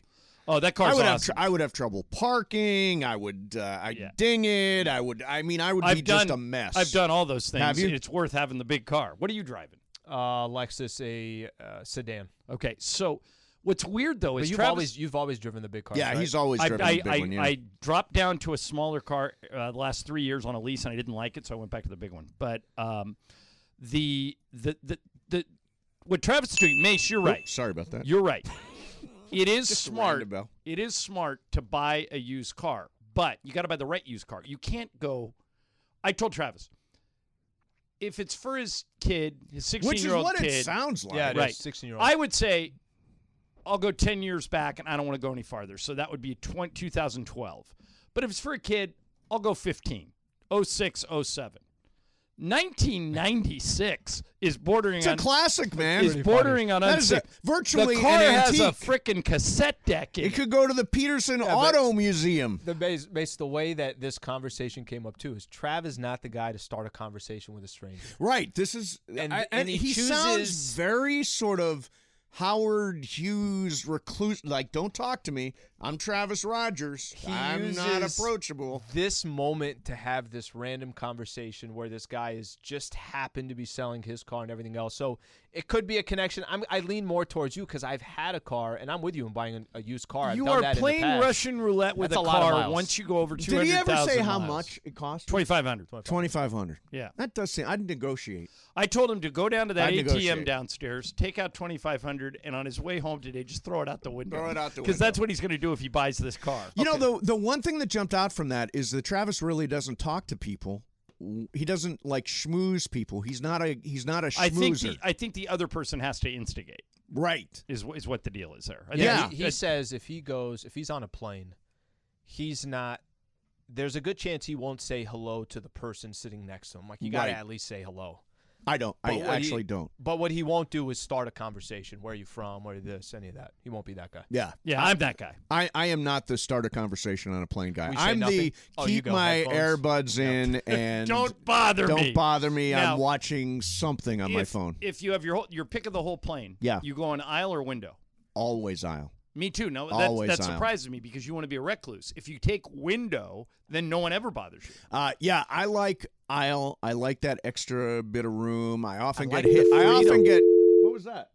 Speaker 14: Oh, that
Speaker 15: I
Speaker 14: car's
Speaker 15: would have
Speaker 14: awesome.
Speaker 15: tr- I would have trouble parking. I would uh, I ding it. I would I mean I would
Speaker 14: I've
Speaker 15: be
Speaker 14: done
Speaker 15: just a mess.
Speaker 14: I've done all those things.
Speaker 15: Have you?
Speaker 14: It's worth having the big car. What are you driving?
Speaker 2: Uh, Lexus, a uh, sedan.
Speaker 14: Okay, so what's weird though
Speaker 2: But
Speaker 14: is
Speaker 2: you've
Speaker 14: Travis-
Speaker 2: always you've always driven the big car.
Speaker 14: right? I, I, I, I dropped down to a smaller car uh, the last three years on a lease, and I didn't like it, so I went back to the big one. But um, the the the the what Travis is doing, Mace, you're
Speaker 15: Oop,
Speaker 14: right.
Speaker 15: sorry about that.
Speaker 14: You're right. It is
Speaker 15: Just a
Speaker 14: smart.
Speaker 15: roundabout.
Speaker 14: It is smart to buy a used car, but you got to buy the right used car. You can't go. I told Travis. If it's for his kid, his
Speaker 15: is
Speaker 14: sixteen-year-old
Speaker 15: what
Speaker 14: kid,
Speaker 15: it sounds like. Yeah, it is,
Speaker 14: right?
Speaker 2: 16-year-old.
Speaker 14: I would say I'll go 10 years back and I don't want to go any farther. So that would be 20, 2012. But if it's for a kid, I'll go oh 15, 06, 07. 1996 is bordering
Speaker 15: It's
Speaker 14: on
Speaker 15: a classic, man.
Speaker 14: Is bordering on
Speaker 15: That is a-
Speaker 14: unsafe.
Speaker 15: virtually
Speaker 14: the car
Speaker 15: an
Speaker 14: has a
Speaker 15: antique.
Speaker 14: freaking cassette deck. In
Speaker 15: It could go to the Peterson
Speaker 2: Yeah, but-
Speaker 15: Auto Museum.
Speaker 2: The base, base, the way that this conversation came up too is Trav is not the guy to start a conversation with a stranger.
Speaker 15: Right. This is
Speaker 2: And-
Speaker 15: I-
Speaker 2: and
Speaker 15: and
Speaker 2: he
Speaker 15: he,
Speaker 2: chooses-
Speaker 15: sounds very sort of Howard Hughes recluse. Like, don't talk to me. I'm Travis Rogers.
Speaker 2: He
Speaker 15: I'm not
Speaker 2: uses
Speaker 15: approachable.
Speaker 2: This moment to have this random conversation where this guy is just happened to be selling his car and everything else. So it could be a connection. I'm, I lean more towards you because I've had a car and I'm with you in buying a, a used car. I've
Speaker 14: You
Speaker 2: done
Speaker 14: are
Speaker 2: that in the
Speaker 14: playing
Speaker 2: past.
Speaker 14: Russian roulette with
Speaker 2: That's
Speaker 14: a
Speaker 2: lot of
Speaker 14: car
Speaker 2: miles.
Speaker 14: once you go over
Speaker 15: Did
Speaker 14: 200,000
Speaker 15: he ever say how
Speaker 14: miles.
Speaker 15: much it cost?
Speaker 14: 2500
Speaker 15: Twenty-five hundred.
Speaker 14: Yeah.
Speaker 15: That does seem. I'd negotiate.
Speaker 14: I told him to go down to that
Speaker 15: I'd
Speaker 14: ATM
Speaker 15: negotiate.
Speaker 14: downstairs, take out twenty five hundred, and on his way home today, just throw it out the window.
Speaker 15: Throw it out the
Speaker 14: because that's what he's going to do if he buys this car.
Speaker 15: You know, the the one thing that jumped out from that is that Travis really doesn't talk to people. He doesn't like schmooze people. He's not a he's not a schmoozer.
Speaker 14: I think the, I think the other person has to instigate.
Speaker 15: Right
Speaker 14: is wh- is what the deal is there. I think
Speaker 2: Yeah,
Speaker 14: he-
Speaker 2: he, he says if he goes, if he's on a plane, he's not. There's a good chance he won't say hello to the person sitting next to him. Like you got to
Speaker 15: Right.
Speaker 2: at least say hello.
Speaker 15: I don't. I
Speaker 2: But what he-
Speaker 15: actually don't.
Speaker 2: But what he won't do is start a conversation. Where are you from? Where are this? Any of that. He won't be that guy.
Speaker 15: Yeah.
Speaker 14: Yeah, I'm that guy.
Speaker 15: I, I am not the start a conversation on a plane guy.
Speaker 2: We say
Speaker 15: I'm the
Speaker 2: nothing? Oh, you
Speaker 15: keep
Speaker 2: go,
Speaker 15: my
Speaker 2: headphones.
Speaker 15: earbuds in and
Speaker 14: Don't bother
Speaker 15: don't
Speaker 14: me.
Speaker 15: bother me.
Speaker 14: Now,
Speaker 15: I'm watching something on my
Speaker 14: If-
Speaker 15: phone.
Speaker 14: If you have your whole your pick of the whole plane,
Speaker 15: Yeah.
Speaker 14: you go on aisle or window.
Speaker 15: Always aisle.
Speaker 14: Me too. No, that,
Speaker 15: Always
Speaker 14: that
Speaker 15: aisle.
Speaker 14: surprises me because you want to be a recluse. If you take window, then no one ever bothers you.
Speaker 15: Uh, yeah, I like aisle. I like that extra bit of room. I often
Speaker 14: like
Speaker 15: get hit.
Speaker 14: the
Speaker 15: I often
Speaker 14: freedom.
Speaker 15: get. What was that?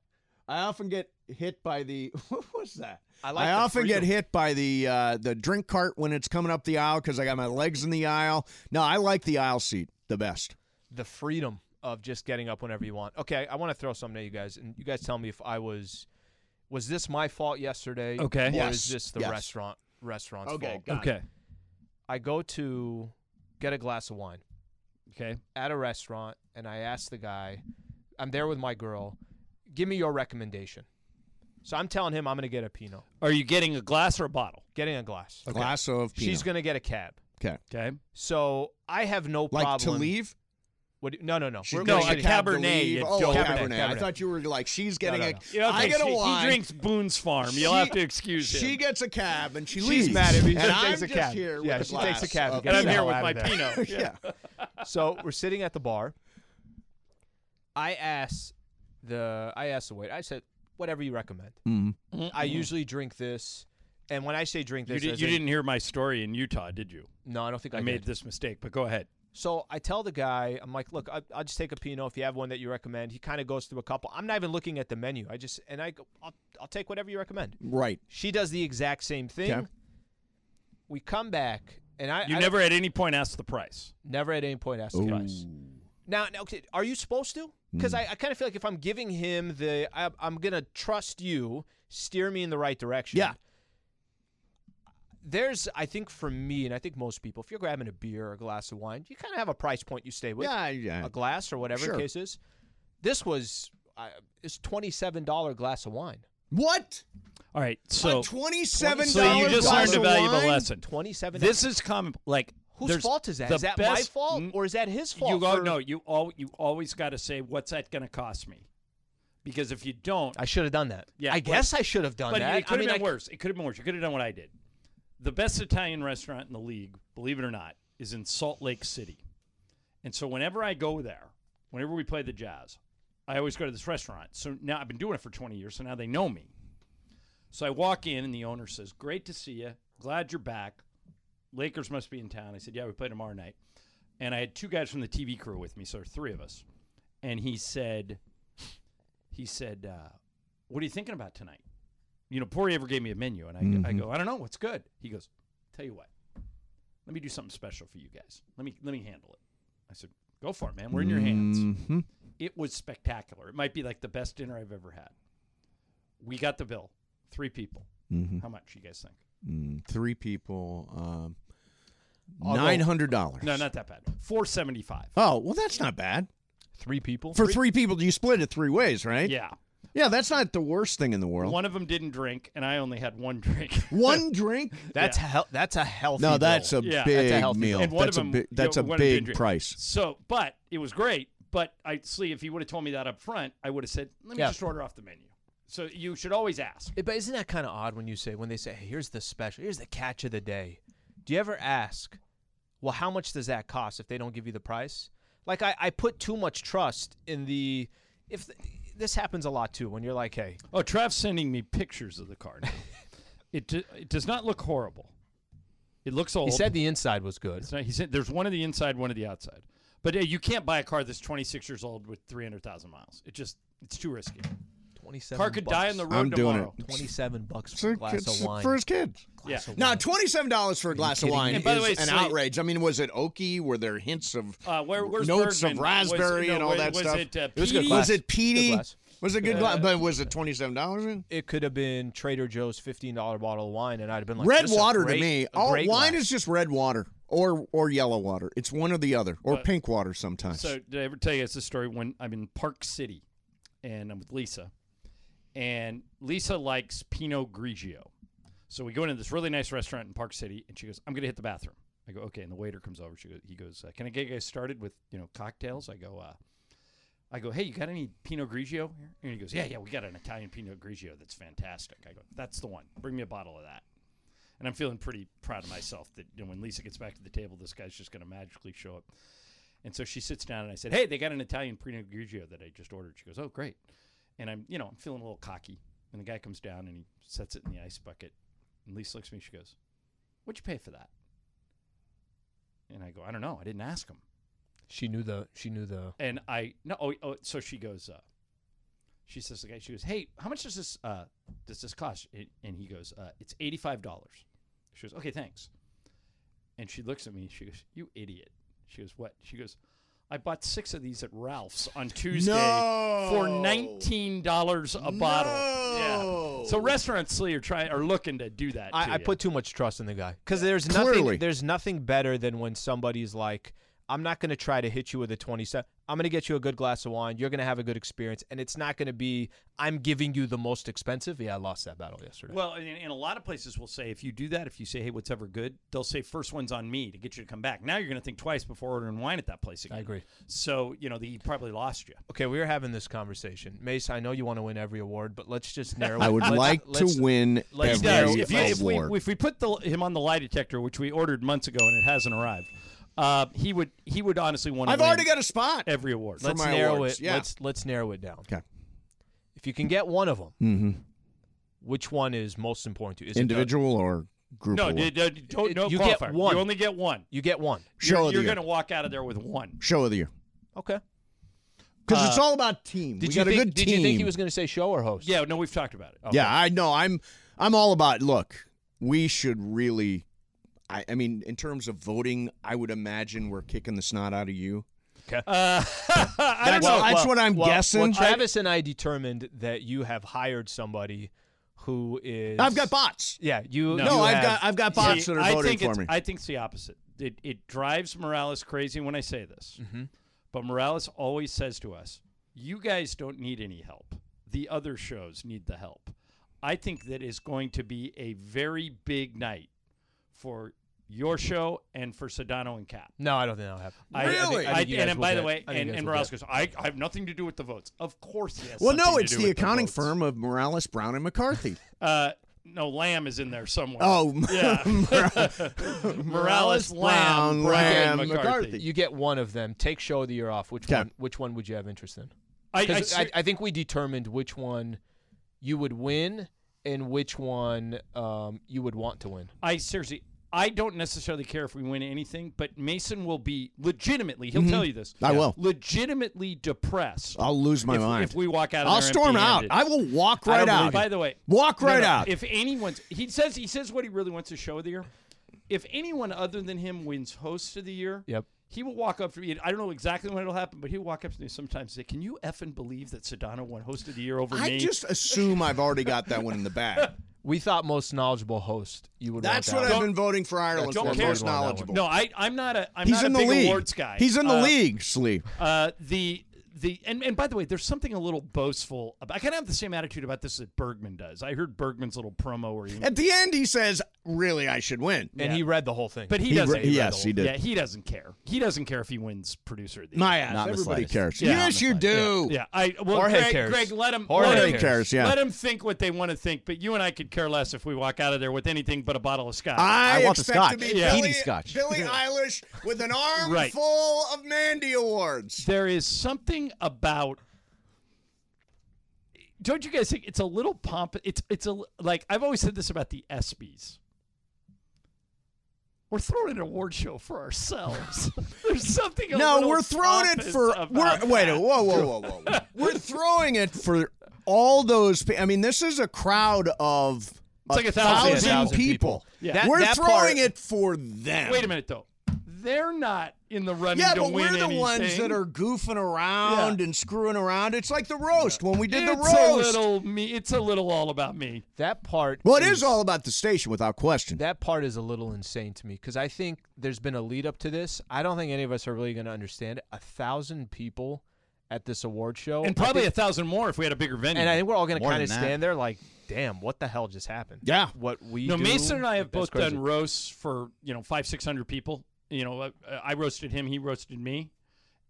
Speaker 15: I often get hit by the. What was that?
Speaker 14: I
Speaker 15: I often get hit by the uh, the drink cart when it's coming up the aisle because I got my legs in the aisle. No, I like the aisle seat the best.
Speaker 2: the freedom of just getting up whenever you want. Okay, I want to throw something at you guys, and you guys tell me if I was was this my fault yesterday?
Speaker 14: Okay.
Speaker 2: or
Speaker 14: Yes,
Speaker 2: is this the
Speaker 14: yes.
Speaker 2: restaurant restaurant's
Speaker 14: Okay,
Speaker 2: fault?
Speaker 14: got it. Okay.
Speaker 2: I go to get a glass of wine.
Speaker 14: Okay,
Speaker 2: at a restaurant, and I ask the guy, I'm there with my girl, give me your recommendation. So I'm telling him I'm going to get a Pinot.
Speaker 14: Are you getting a glass or a bottle?
Speaker 2: Getting a glass.
Speaker 15: Glass of
Speaker 2: She's
Speaker 15: Pinot.
Speaker 2: going to get a cab.
Speaker 15: Okay.
Speaker 14: Okay.
Speaker 2: So I have no
Speaker 15: Like to
Speaker 2: problem.
Speaker 15: leave?
Speaker 2: What do you- no, no, no.
Speaker 15: She's
Speaker 2: We're-
Speaker 15: getting
Speaker 2: we're
Speaker 15: a
Speaker 2: getting-
Speaker 15: cab to leave. Oh, a Cabernet. I
Speaker 2: Cabernet.
Speaker 15: thought you were like she's getting
Speaker 2: no,
Speaker 15: a.
Speaker 2: no.
Speaker 14: Yeah, okay,
Speaker 15: I get
Speaker 14: she-
Speaker 15: a
Speaker 14: he
Speaker 15: wine.
Speaker 14: drinks Boone's Farm. You'll have to excuse
Speaker 15: she She
Speaker 14: him.
Speaker 15: gets a cab and she
Speaker 14: She's
Speaker 15: leaves.
Speaker 14: mad at me. She
Speaker 15: And
Speaker 14: takes
Speaker 15: I'm
Speaker 14: a
Speaker 15: just
Speaker 14: cab.
Speaker 15: here with
Speaker 2: Yeah,
Speaker 15: a
Speaker 2: she takes a
Speaker 15: glass
Speaker 2: cab.
Speaker 15: of-
Speaker 2: gets the hell out of there.
Speaker 15: yeah.
Speaker 2: so we're sitting at the bar. I asked the I asked the waiter. I said, "Whatever you recommend."
Speaker 14: Mhm.
Speaker 2: I
Speaker 14: Mhm.
Speaker 2: usually drink this, and when I say drink
Speaker 14: You,
Speaker 2: this,
Speaker 14: did,
Speaker 2: as
Speaker 14: you
Speaker 2: in-
Speaker 14: didn't hear my story in Utah, did you?
Speaker 2: No, I don't think I
Speaker 14: made
Speaker 2: did.
Speaker 14: this mistake. But go ahead.
Speaker 2: So I tell the guy, I'm like, look, I, I'll just take a Pinot if you have one that you recommend. He kind of goes through a couple. I'm not even looking at the menu. I just, and I go, I'll, I'll take whatever you recommend.
Speaker 15: Right.
Speaker 2: She does the exact same thing.
Speaker 14: Okay.
Speaker 2: We come back, and I.
Speaker 14: You
Speaker 2: I-
Speaker 14: never at any point asked the price.
Speaker 2: Never at any point asked the price. Now, now, okay, are you supposed to? Because
Speaker 15: Hmm.
Speaker 2: I, I kind of feel like if I'm giving him the, I, I'm going to trust you, steer me in the right direction. Yeah. There's, I think, for me, and I think most people, if you're grabbing a beer or a glass of wine, you kind of have a price point you stay with.
Speaker 15: Yeah, yeah.
Speaker 2: A glass or whatever
Speaker 15: Sure.
Speaker 2: the case is. This was, uh, it's $27 glass of wine.
Speaker 15: What?
Speaker 14: All right. So
Speaker 15: $27
Speaker 14: So you just
Speaker 15: glass
Speaker 14: learned a
Speaker 15: of
Speaker 14: valuable
Speaker 15: wine?
Speaker 14: lesson.
Speaker 2: $27.
Speaker 14: This is common. Like
Speaker 2: Whose
Speaker 14: there's
Speaker 2: fault is that?
Speaker 14: the
Speaker 2: Is that my
Speaker 14: best-
Speaker 2: fault or is that his fault?
Speaker 14: You go,
Speaker 2: for-
Speaker 14: no. You all. You always got to say what's that going to cost me, because if you don't,
Speaker 2: I should have done that.
Speaker 14: Yeah,
Speaker 2: I
Speaker 14: but-
Speaker 2: guess I should have done
Speaker 14: but
Speaker 2: that.
Speaker 14: It could
Speaker 2: I mean,
Speaker 14: have
Speaker 2: I
Speaker 14: been
Speaker 2: c-
Speaker 14: worse. It could have been worse. You could have done what I did. The best Italian restaurant in the league, believe it or not, is in Salt Lake City. And so whenever I go there, whenever we play the Jazz, I always go to this restaurant. So now I've been doing it for 20 years, so now they know me. So I walk in, and the owner says, Great to see you. Glad you're back. Lakers must be in town. I said, Yeah, we play tomorrow night. And I had two guys from the TV crew with me, so there were three of us. And he said, He said, uh, What are you thinking about tonight? You know, Poirier ever gave me a menu, and I, I
Speaker 15: Mhm.
Speaker 14: go, I don't know, what's good? He goes, Tell you what, let me do something special for you guys. Let me let me handle it. I said, Go for it, man. We're in your hands.
Speaker 15: Mhm.
Speaker 14: It was spectacular. It might be like the best dinner I've ever had. We got the bill, three people.
Speaker 15: Mhm.
Speaker 14: How much you guys think?
Speaker 15: Mm, three people. Um,
Speaker 14: I'll go-
Speaker 15: Nine hundred dollars.
Speaker 14: No, not that bad. Four seventy five.
Speaker 15: Oh well, that's not bad.
Speaker 2: Three people
Speaker 15: for three people. You split it three ways, right?
Speaker 14: Yeah.
Speaker 15: Yeah, that's not the worst thing in the world.
Speaker 14: One of them didn't drink, and I only had one drink.
Speaker 15: One drink?
Speaker 2: That's hel- that's a healthy.
Speaker 15: No, that's
Speaker 14: meal.
Speaker 15: a big meal.
Speaker 14: And one
Speaker 15: That's
Speaker 14: of
Speaker 15: a
Speaker 14: them-
Speaker 15: big- that's
Speaker 14: yeah,
Speaker 15: a
Speaker 14: one of them
Speaker 15: big
Speaker 14: didn't drink.
Speaker 15: price.
Speaker 14: So, but it was great. But I see if he would have told me that up front, I would have said, "Let me
Speaker 2: Yeah.
Speaker 14: just order off the menu." So you should always ask.
Speaker 2: Eh, But isn't that kind of odd when you say when they say, "Hey, here's the special, here's the catch of the day"? Do you ever ask, "Well, how much does that cost?" If they don't give you the price, like I, I put too much trust in the. If th- this happens a lot too, when you're like, "Hey,
Speaker 14: Oh, Trav's sending me pictures of the card. it do- it does not look horrible. It looks old.
Speaker 2: said the inside was good.
Speaker 14: It's not- he said there's one of the inside, one of the outside. But uh, you can't buy a car that's 26 years old with 300,000 miles. It just it's too risky.
Speaker 2: 27
Speaker 14: Car could die on the road
Speaker 15: I'm doing
Speaker 14: tomorrow.
Speaker 15: it.
Speaker 2: Twenty-seven bucks
Speaker 15: for a
Speaker 2: glass of wine.
Speaker 15: for his kids.
Speaker 14: Yeah.
Speaker 2: of
Speaker 15: Now, twenty-seven dollars for a glass of
Speaker 2: kidding
Speaker 15: wine
Speaker 2: me? And by the
Speaker 15: is
Speaker 2: way,
Speaker 15: an
Speaker 2: Slate-
Speaker 15: outrage. I mean, was it oaky? Were there hints of
Speaker 14: Uh, where, where's
Speaker 15: notes
Speaker 14: Bergman?
Speaker 15: of raspberry
Speaker 14: Was- no,
Speaker 15: and all
Speaker 14: was-
Speaker 15: that
Speaker 14: was
Speaker 15: stuff?
Speaker 14: It, uh,
Speaker 15: was, good
Speaker 14: peaty?
Speaker 15: was it peaty?
Speaker 2: glass.
Speaker 15: Was it good
Speaker 2: Yeah.
Speaker 15: glass? But was it twenty-seven dollars?
Speaker 2: It could have been Trader Joe's fifteen dollar bottle of wine, and I'd have been like,
Speaker 15: red
Speaker 2: "This is a
Speaker 15: water
Speaker 2: great-
Speaker 15: to me.
Speaker 2: a
Speaker 15: All
Speaker 2: great
Speaker 15: wine
Speaker 2: glass."
Speaker 15: is just red water or or yellow water. It's one or the other, or
Speaker 14: But-
Speaker 15: pink water sometimes.
Speaker 14: So did I ever tell you it's a story when I'm in Park City and I'm with Lisa. And Lisa likes Pinot Grigio. So we go into this really nice restaurant in Park City and she goes, I'm gonna hit the bathroom. I go, okay, and the waiter comes over. She goes, he goes, uh, can I get you guys started with you know cocktails? I go, uh, I go, hey, you got any Pinot Grigio here? And he goes, yeah, yeah, we got an Italian Pinot Grigio that's fantastic. I go, that's the one. Bring me a bottle of that. And I'm feeling pretty proud of myself that you know, when Lisa gets back to the table, this guy's just going to magically show up. And so she sits down and I said, hey, they got an Italian Pinot Grigio that I just ordered. She goes, oh, great. And I'm, you know, I'm feeling a little cocky. And the guy comes down and he sets it in the ice bucket. And Lisa looks at me. She goes, what'd you pay for that? And I go, I don't know. I didn't ask him.
Speaker 2: She knew the. She knew the.
Speaker 14: And I no oh, oh so she goes uh she says to the guy she goes hey how much does this uh does this cost and and he goes uh it's eighty five dollars she goes okay thanks and she looks at me she goes you idiot she goes what she goes I bought six of these at Ralph's on Tuesday for
Speaker 16: No.
Speaker 14: nineteen dollars a bottle. Yeah. So
Speaker 16: No.
Speaker 14: restaurants Lee, are trying are looking to do that. to
Speaker 2: I, I
Speaker 14: you.
Speaker 2: put too much trust in the guy because there's
Speaker 16: Clearly.
Speaker 2: nothing. There's nothing better than when somebody's like, "I'm not going to try to hit you with a 27. I'm going to get you a good glass of wine. You're going to have a good experience, and it's not going to be I'm giving you the most expensive." Yeah, I lost that battle yesterday.
Speaker 14: Well, and, and a lot of places will say if you do that, if you say, "Hey, what's ever good," they'll say, first one's on me to get you to come back." Now you're going to think twice before ordering wine at that place again. I
Speaker 2: agree.
Speaker 14: So you know, he probably lost you.
Speaker 2: Okay, we were having this conversation, Mace. I know you want to win every award, but let's just narrow.
Speaker 15: I
Speaker 2: it-
Speaker 15: would
Speaker 2: let's-
Speaker 15: like to
Speaker 2: let's-
Speaker 15: win
Speaker 2: let's
Speaker 15: every
Speaker 2: narrow it
Speaker 14: if, you, if we
Speaker 15: award.
Speaker 14: if we put the, him on the lie detector, which we ordered months ago and it hasn't arrived, uh, he would he would honestly want.
Speaker 17: I've already got a spot.
Speaker 14: every award.
Speaker 17: for
Speaker 2: Let's
Speaker 17: my
Speaker 2: narrow
Speaker 17: awards,
Speaker 2: it.
Speaker 17: yeah.
Speaker 2: Let's let's narrow it down.
Speaker 15: Okay.
Speaker 2: If you can get one of them,
Speaker 15: Mm-hmm.
Speaker 2: which one is most important to you? Is it the-
Speaker 15: Individual or group?
Speaker 14: No,
Speaker 15: award?
Speaker 14: d- d- don't, no
Speaker 2: You get
Speaker 14: qualifier.
Speaker 2: one.
Speaker 14: You only get one.
Speaker 2: You get one.
Speaker 15: Show
Speaker 14: you're
Speaker 15: of the
Speaker 14: you're
Speaker 15: year.
Speaker 14: going to walk out of there with one.
Speaker 15: Show of the year.
Speaker 2: Okay.
Speaker 15: Because it's
Speaker 14: Uh,
Speaker 15: all about team.
Speaker 14: did
Speaker 15: we
Speaker 14: you
Speaker 15: got
Speaker 14: think-
Speaker 15: a good
Speaker 14: did
Speaker 15: team.
Speaker 14: you think he
Speaker 2: was going to say show or host?
Speaker 14: Yeah, no, we've talked about it.
Speaker 15: Yeah, I know. I'm I'm all about look, we should really I, I mean, in terms of voting, I would imagine we're kicking the snot out of you.
Speaker 2: Okay.
Speaker 15: I don't That's- know. that's what I'm guessing.
Speaker 2: Well, Travis and I determined that you have hired somebody who is.
Speaker 15: I've got bots.
Speaker 2: Yeah, you.
Speaker 15: No,
Speaker 2: you
Speaker 15: I've
Speaker 2: have-
Speaker 15: got- I've got bots that are
Speaker 14: I
Speaker 15: voting
Speaker 14: think
Speaker 15: for
Speaker 14: it's-
Speaker 15: me.
Speaker 14: I think it's the opposite. It, it drives Morales crazy when I say this.
Speaker 2: Mhm.
Speaker 14: But Morales always says to us, you guys don't need any help. The other shows need the help. I think that is going to be a very big night for your show and for Sedano and Cap.
Speaker 2: No, I don't think that'll happen.
Speaker 14: I- I think-
Speaker 2: Really?
Speaker 14: I-
Speaker 2: I think you
Speaker 14: and
Speaker 2: guys
Speaker 14: and
Speaker 2: will
Speaker 14: by the
Speaker 2: get-
Speaker 14: way,
Speaker 2: I think you
Speaker 14: and,
Speaker 2: guys
Speaker 14: and
Speaker 2: will
Speaker 14: Morales
Speaker 2: get-
Speaker 14: goes, I, I have nothing to do with the votes. Of course, yes.
Speaker 15: Well, no, it's the accounting firm of Morales, Brown and McCarthy.
Speaker 14: Uh, no, Lamb is in there somewhere.
Speaker 15: Oh,
Speaker 14: yeah. Morales, Lamb, Brown, McCarthy.
Speaker 2: You get one of them. Take show of the year off. Which one? Which one would you have interest in?
Speaker 14: I-
Speaker 2: 'Cause
Speaker 14: I
Speaker 2: I,
Speaker 14: ser-
Speaker 2: I think we determined which one you would win and which one um, you would want to win.
Speaker 14: I seriously, I don't necessarily care if we win anything, but Mason will be legitimately. He'll
Speaker 15: Mhm.
Speaker 14: tell you this.
Speaker 15: I will.
Speaker 14: Legitimately depressed.
Speaker 15: I'll lose my
Speaker 14: if,
Speaker 15: mind.
Speaker 14: if we walk out. Of
Speaker 15: I'll
Speaker 14: there
Speaker 15: storm out.
Speaker 14: empty-handed.
Speaker 15: I will walk
Speaker 14: I
Speaker 15: right
Speaker 14: don't believe
Speaker 15: out.
Speaker 14: you. By the way,
Speaker 15: walk
Speaker 14: no,
Speaker 15: right
Speaker 14: no,
Speaker 15: out.
Speaker 14: If anyone's, he says he says what he really wants to show of the year. If anyone other than him wins host of the year,
Speaker 2: Yep.
Speaker 14: he will walk up to me. and I don't know exactly when it'll happen, but he'll walk up to me sometimes and say, "Can you effing believe that Sedano won host of the year over
Speaker 15: I
Speaker 14: me?"
Speaker 15: just assume I've already got that one in the bag.
Speaker 2: We thought most knowledgeable host. You would.
Speaker 15: That's
Speaker 2: want
Speaker 15: what
Speaker 2: that
Speaker 15: I've
Speaker 2: one.
Speaker 15: been voting for Ireland
Speaker 14: Don't
Speaker 15: for.
Speaker 14: care.
Speaker 15: Most knowledgeable.
Speaker 14: No, I, I'm not a. I'm
Speaker 15: He's
Speaker 14: not
Speaker 15: in
Speaker 14: a
Speaker 15: the
Speaker 14: big
Speaker 15: league.
Speaker 14: awards guy.
Speaker 15: He's in the
Speaker 14: Uh,
Speaker 15: league, Slee.
Speaker 14: Uh, the the and, and by the way, there's something a little boastful. About, I kind of have the same attitude about this that Bergman does. I heard Bergman's little promo where he
Speaker 15: At the end, he says, "Really, I should win."
Speaker 2: And he read the whole thing.
Speaker 14: But he,
Speaker 15: He
Speaker 14: doesn't.
Speaker 15: re- yes, he did.
Speaker 14: Yeah, he doesn't care. He doesn't care if he wins producer of the
Speaker 15: My
Speaker 14: year.
Speaker 15: ass. Not in the Everybody slightest. cares. Yes, you do.
Speaker 14: Yeah. I. Well,
Speaker 15: Jorge
Speaker 14: Greg,
Speaker 15: cares.
Speaker 14: Greg, let him.
Speaker 15: Jorge
Speaker 14: let him,
Speaker 15: cares. cares, yeah.
Speaker 14: Let him think what they want to think. But you and I could care less if we walk out of there with anything but a bottle of scotch.
Speaker 15: I, expect to be
Speaker 14: Yeah.
Speaker 15: Billy, Billie Eilish with an arm
Speaker 14: Right.
Speaker 15: full of Mandy awards.
Speaker 14: There is something about. Don't you guys think it's a little pomp? It's it's a like I've always said this about the ESPYS. We're throwing an award show for ourselves. There's something. A
Speaker 15: No,
Speaker 14: little
Speaker 15: we're throwing it
Speaker 14: pompous
Speaker 15: for. We're,
Speaker 14: about
Speaker 15: wait,
Speaker 14: that.
Speaker 15: whoa, whoa, whoa, whoa! we're throwing it for all those. pe- I mean, this is a crowd of
Speaker 14: It's like a thousand. Thousand
Speaker 15: people.
Speaker 14: people. Yeah. That-
Speaker 15: we're
Speaker 14: that
Speaker 15: throwing
Speaker 14: part-
Speaker 15: it for them.
Speaker 14: Wait a minute though. They're not in the running.
Speaker 15: Yeah,
Speaker 14: to
Speaker 15: but
Speaker 14: win
Speaker 15: we're the ones
Speaker 14: anything.
Speaker 15: that are goofing around and screwing around. It's like the roast when we did
Speaker 14: It's
Speaker 15: the
Speaker 14: a
Speaker 15: roast.
Speaker 14: little me. It's a little all about me.
Speaker 2: That part.
Speaker 15: well, it is all about the station without question.
Speaker 2: That part is a little insane to me because I think there's been a lead up to this. I don't think any of us are really going to understand it. A thousand people at this award show,
Speaker 14: and
Speaker 2: I
Speaker 14: probably
Speaker 2: think-
Speaker 14: a thousand more if we had a bigger venue.
Speaker 2: And I think we're all going to
Speaker 14: More
Speaker 2: kind of
Speaker 14: than that.
Speaker 2: stand there like, "Damn, what the hell just happened?"
Speaker 15: Yeah.
Speaker 2: What we
Speaker 14: no,
Speaker 2: do-
Speaker 14: Mason and I have both
Speaker 2: That's crazy.
Speaker 14: done uh, roasts for you know five six hundred people. You know, I, I roasted him, he roasted me,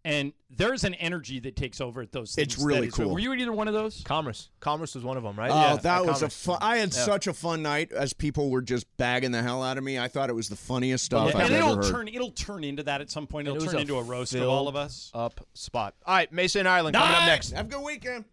Speaker 14: and there's an energy that takes over at those. Things
Speaker 15: It's
Speaker 14: that
Speaker 15: really
Speaker 14: is- so
Speaker 15: cool.
Speaker 14: Were you at either one of those?
Speaker 2: Commerce. Commerce was one of them, right?
Speaker 15: Oh, that was a fun. I had such a fun night as people were just bagging the hell out of me. I thought it was the funniest stuff
Speaker 14: Yeah,
Speaker 15: I've
Speaker 14: and it'll
Speaker 15: ever heard.
Speaker 14: turn it'll turn into that at some point.
Speaker 2: And
Speaker 14: It'll
Speaker 2: it was
Speaker 14: turn
Speaker 2: a
Speaker 14: into a roast of all of
Speaker 2: filled
Speaker 14: us.
Speaker 2: Up spot. All right, Mason Island coming up
Speaker 14: Nice!
Speaker 2: next.
Speaker 18: Have a good weekend.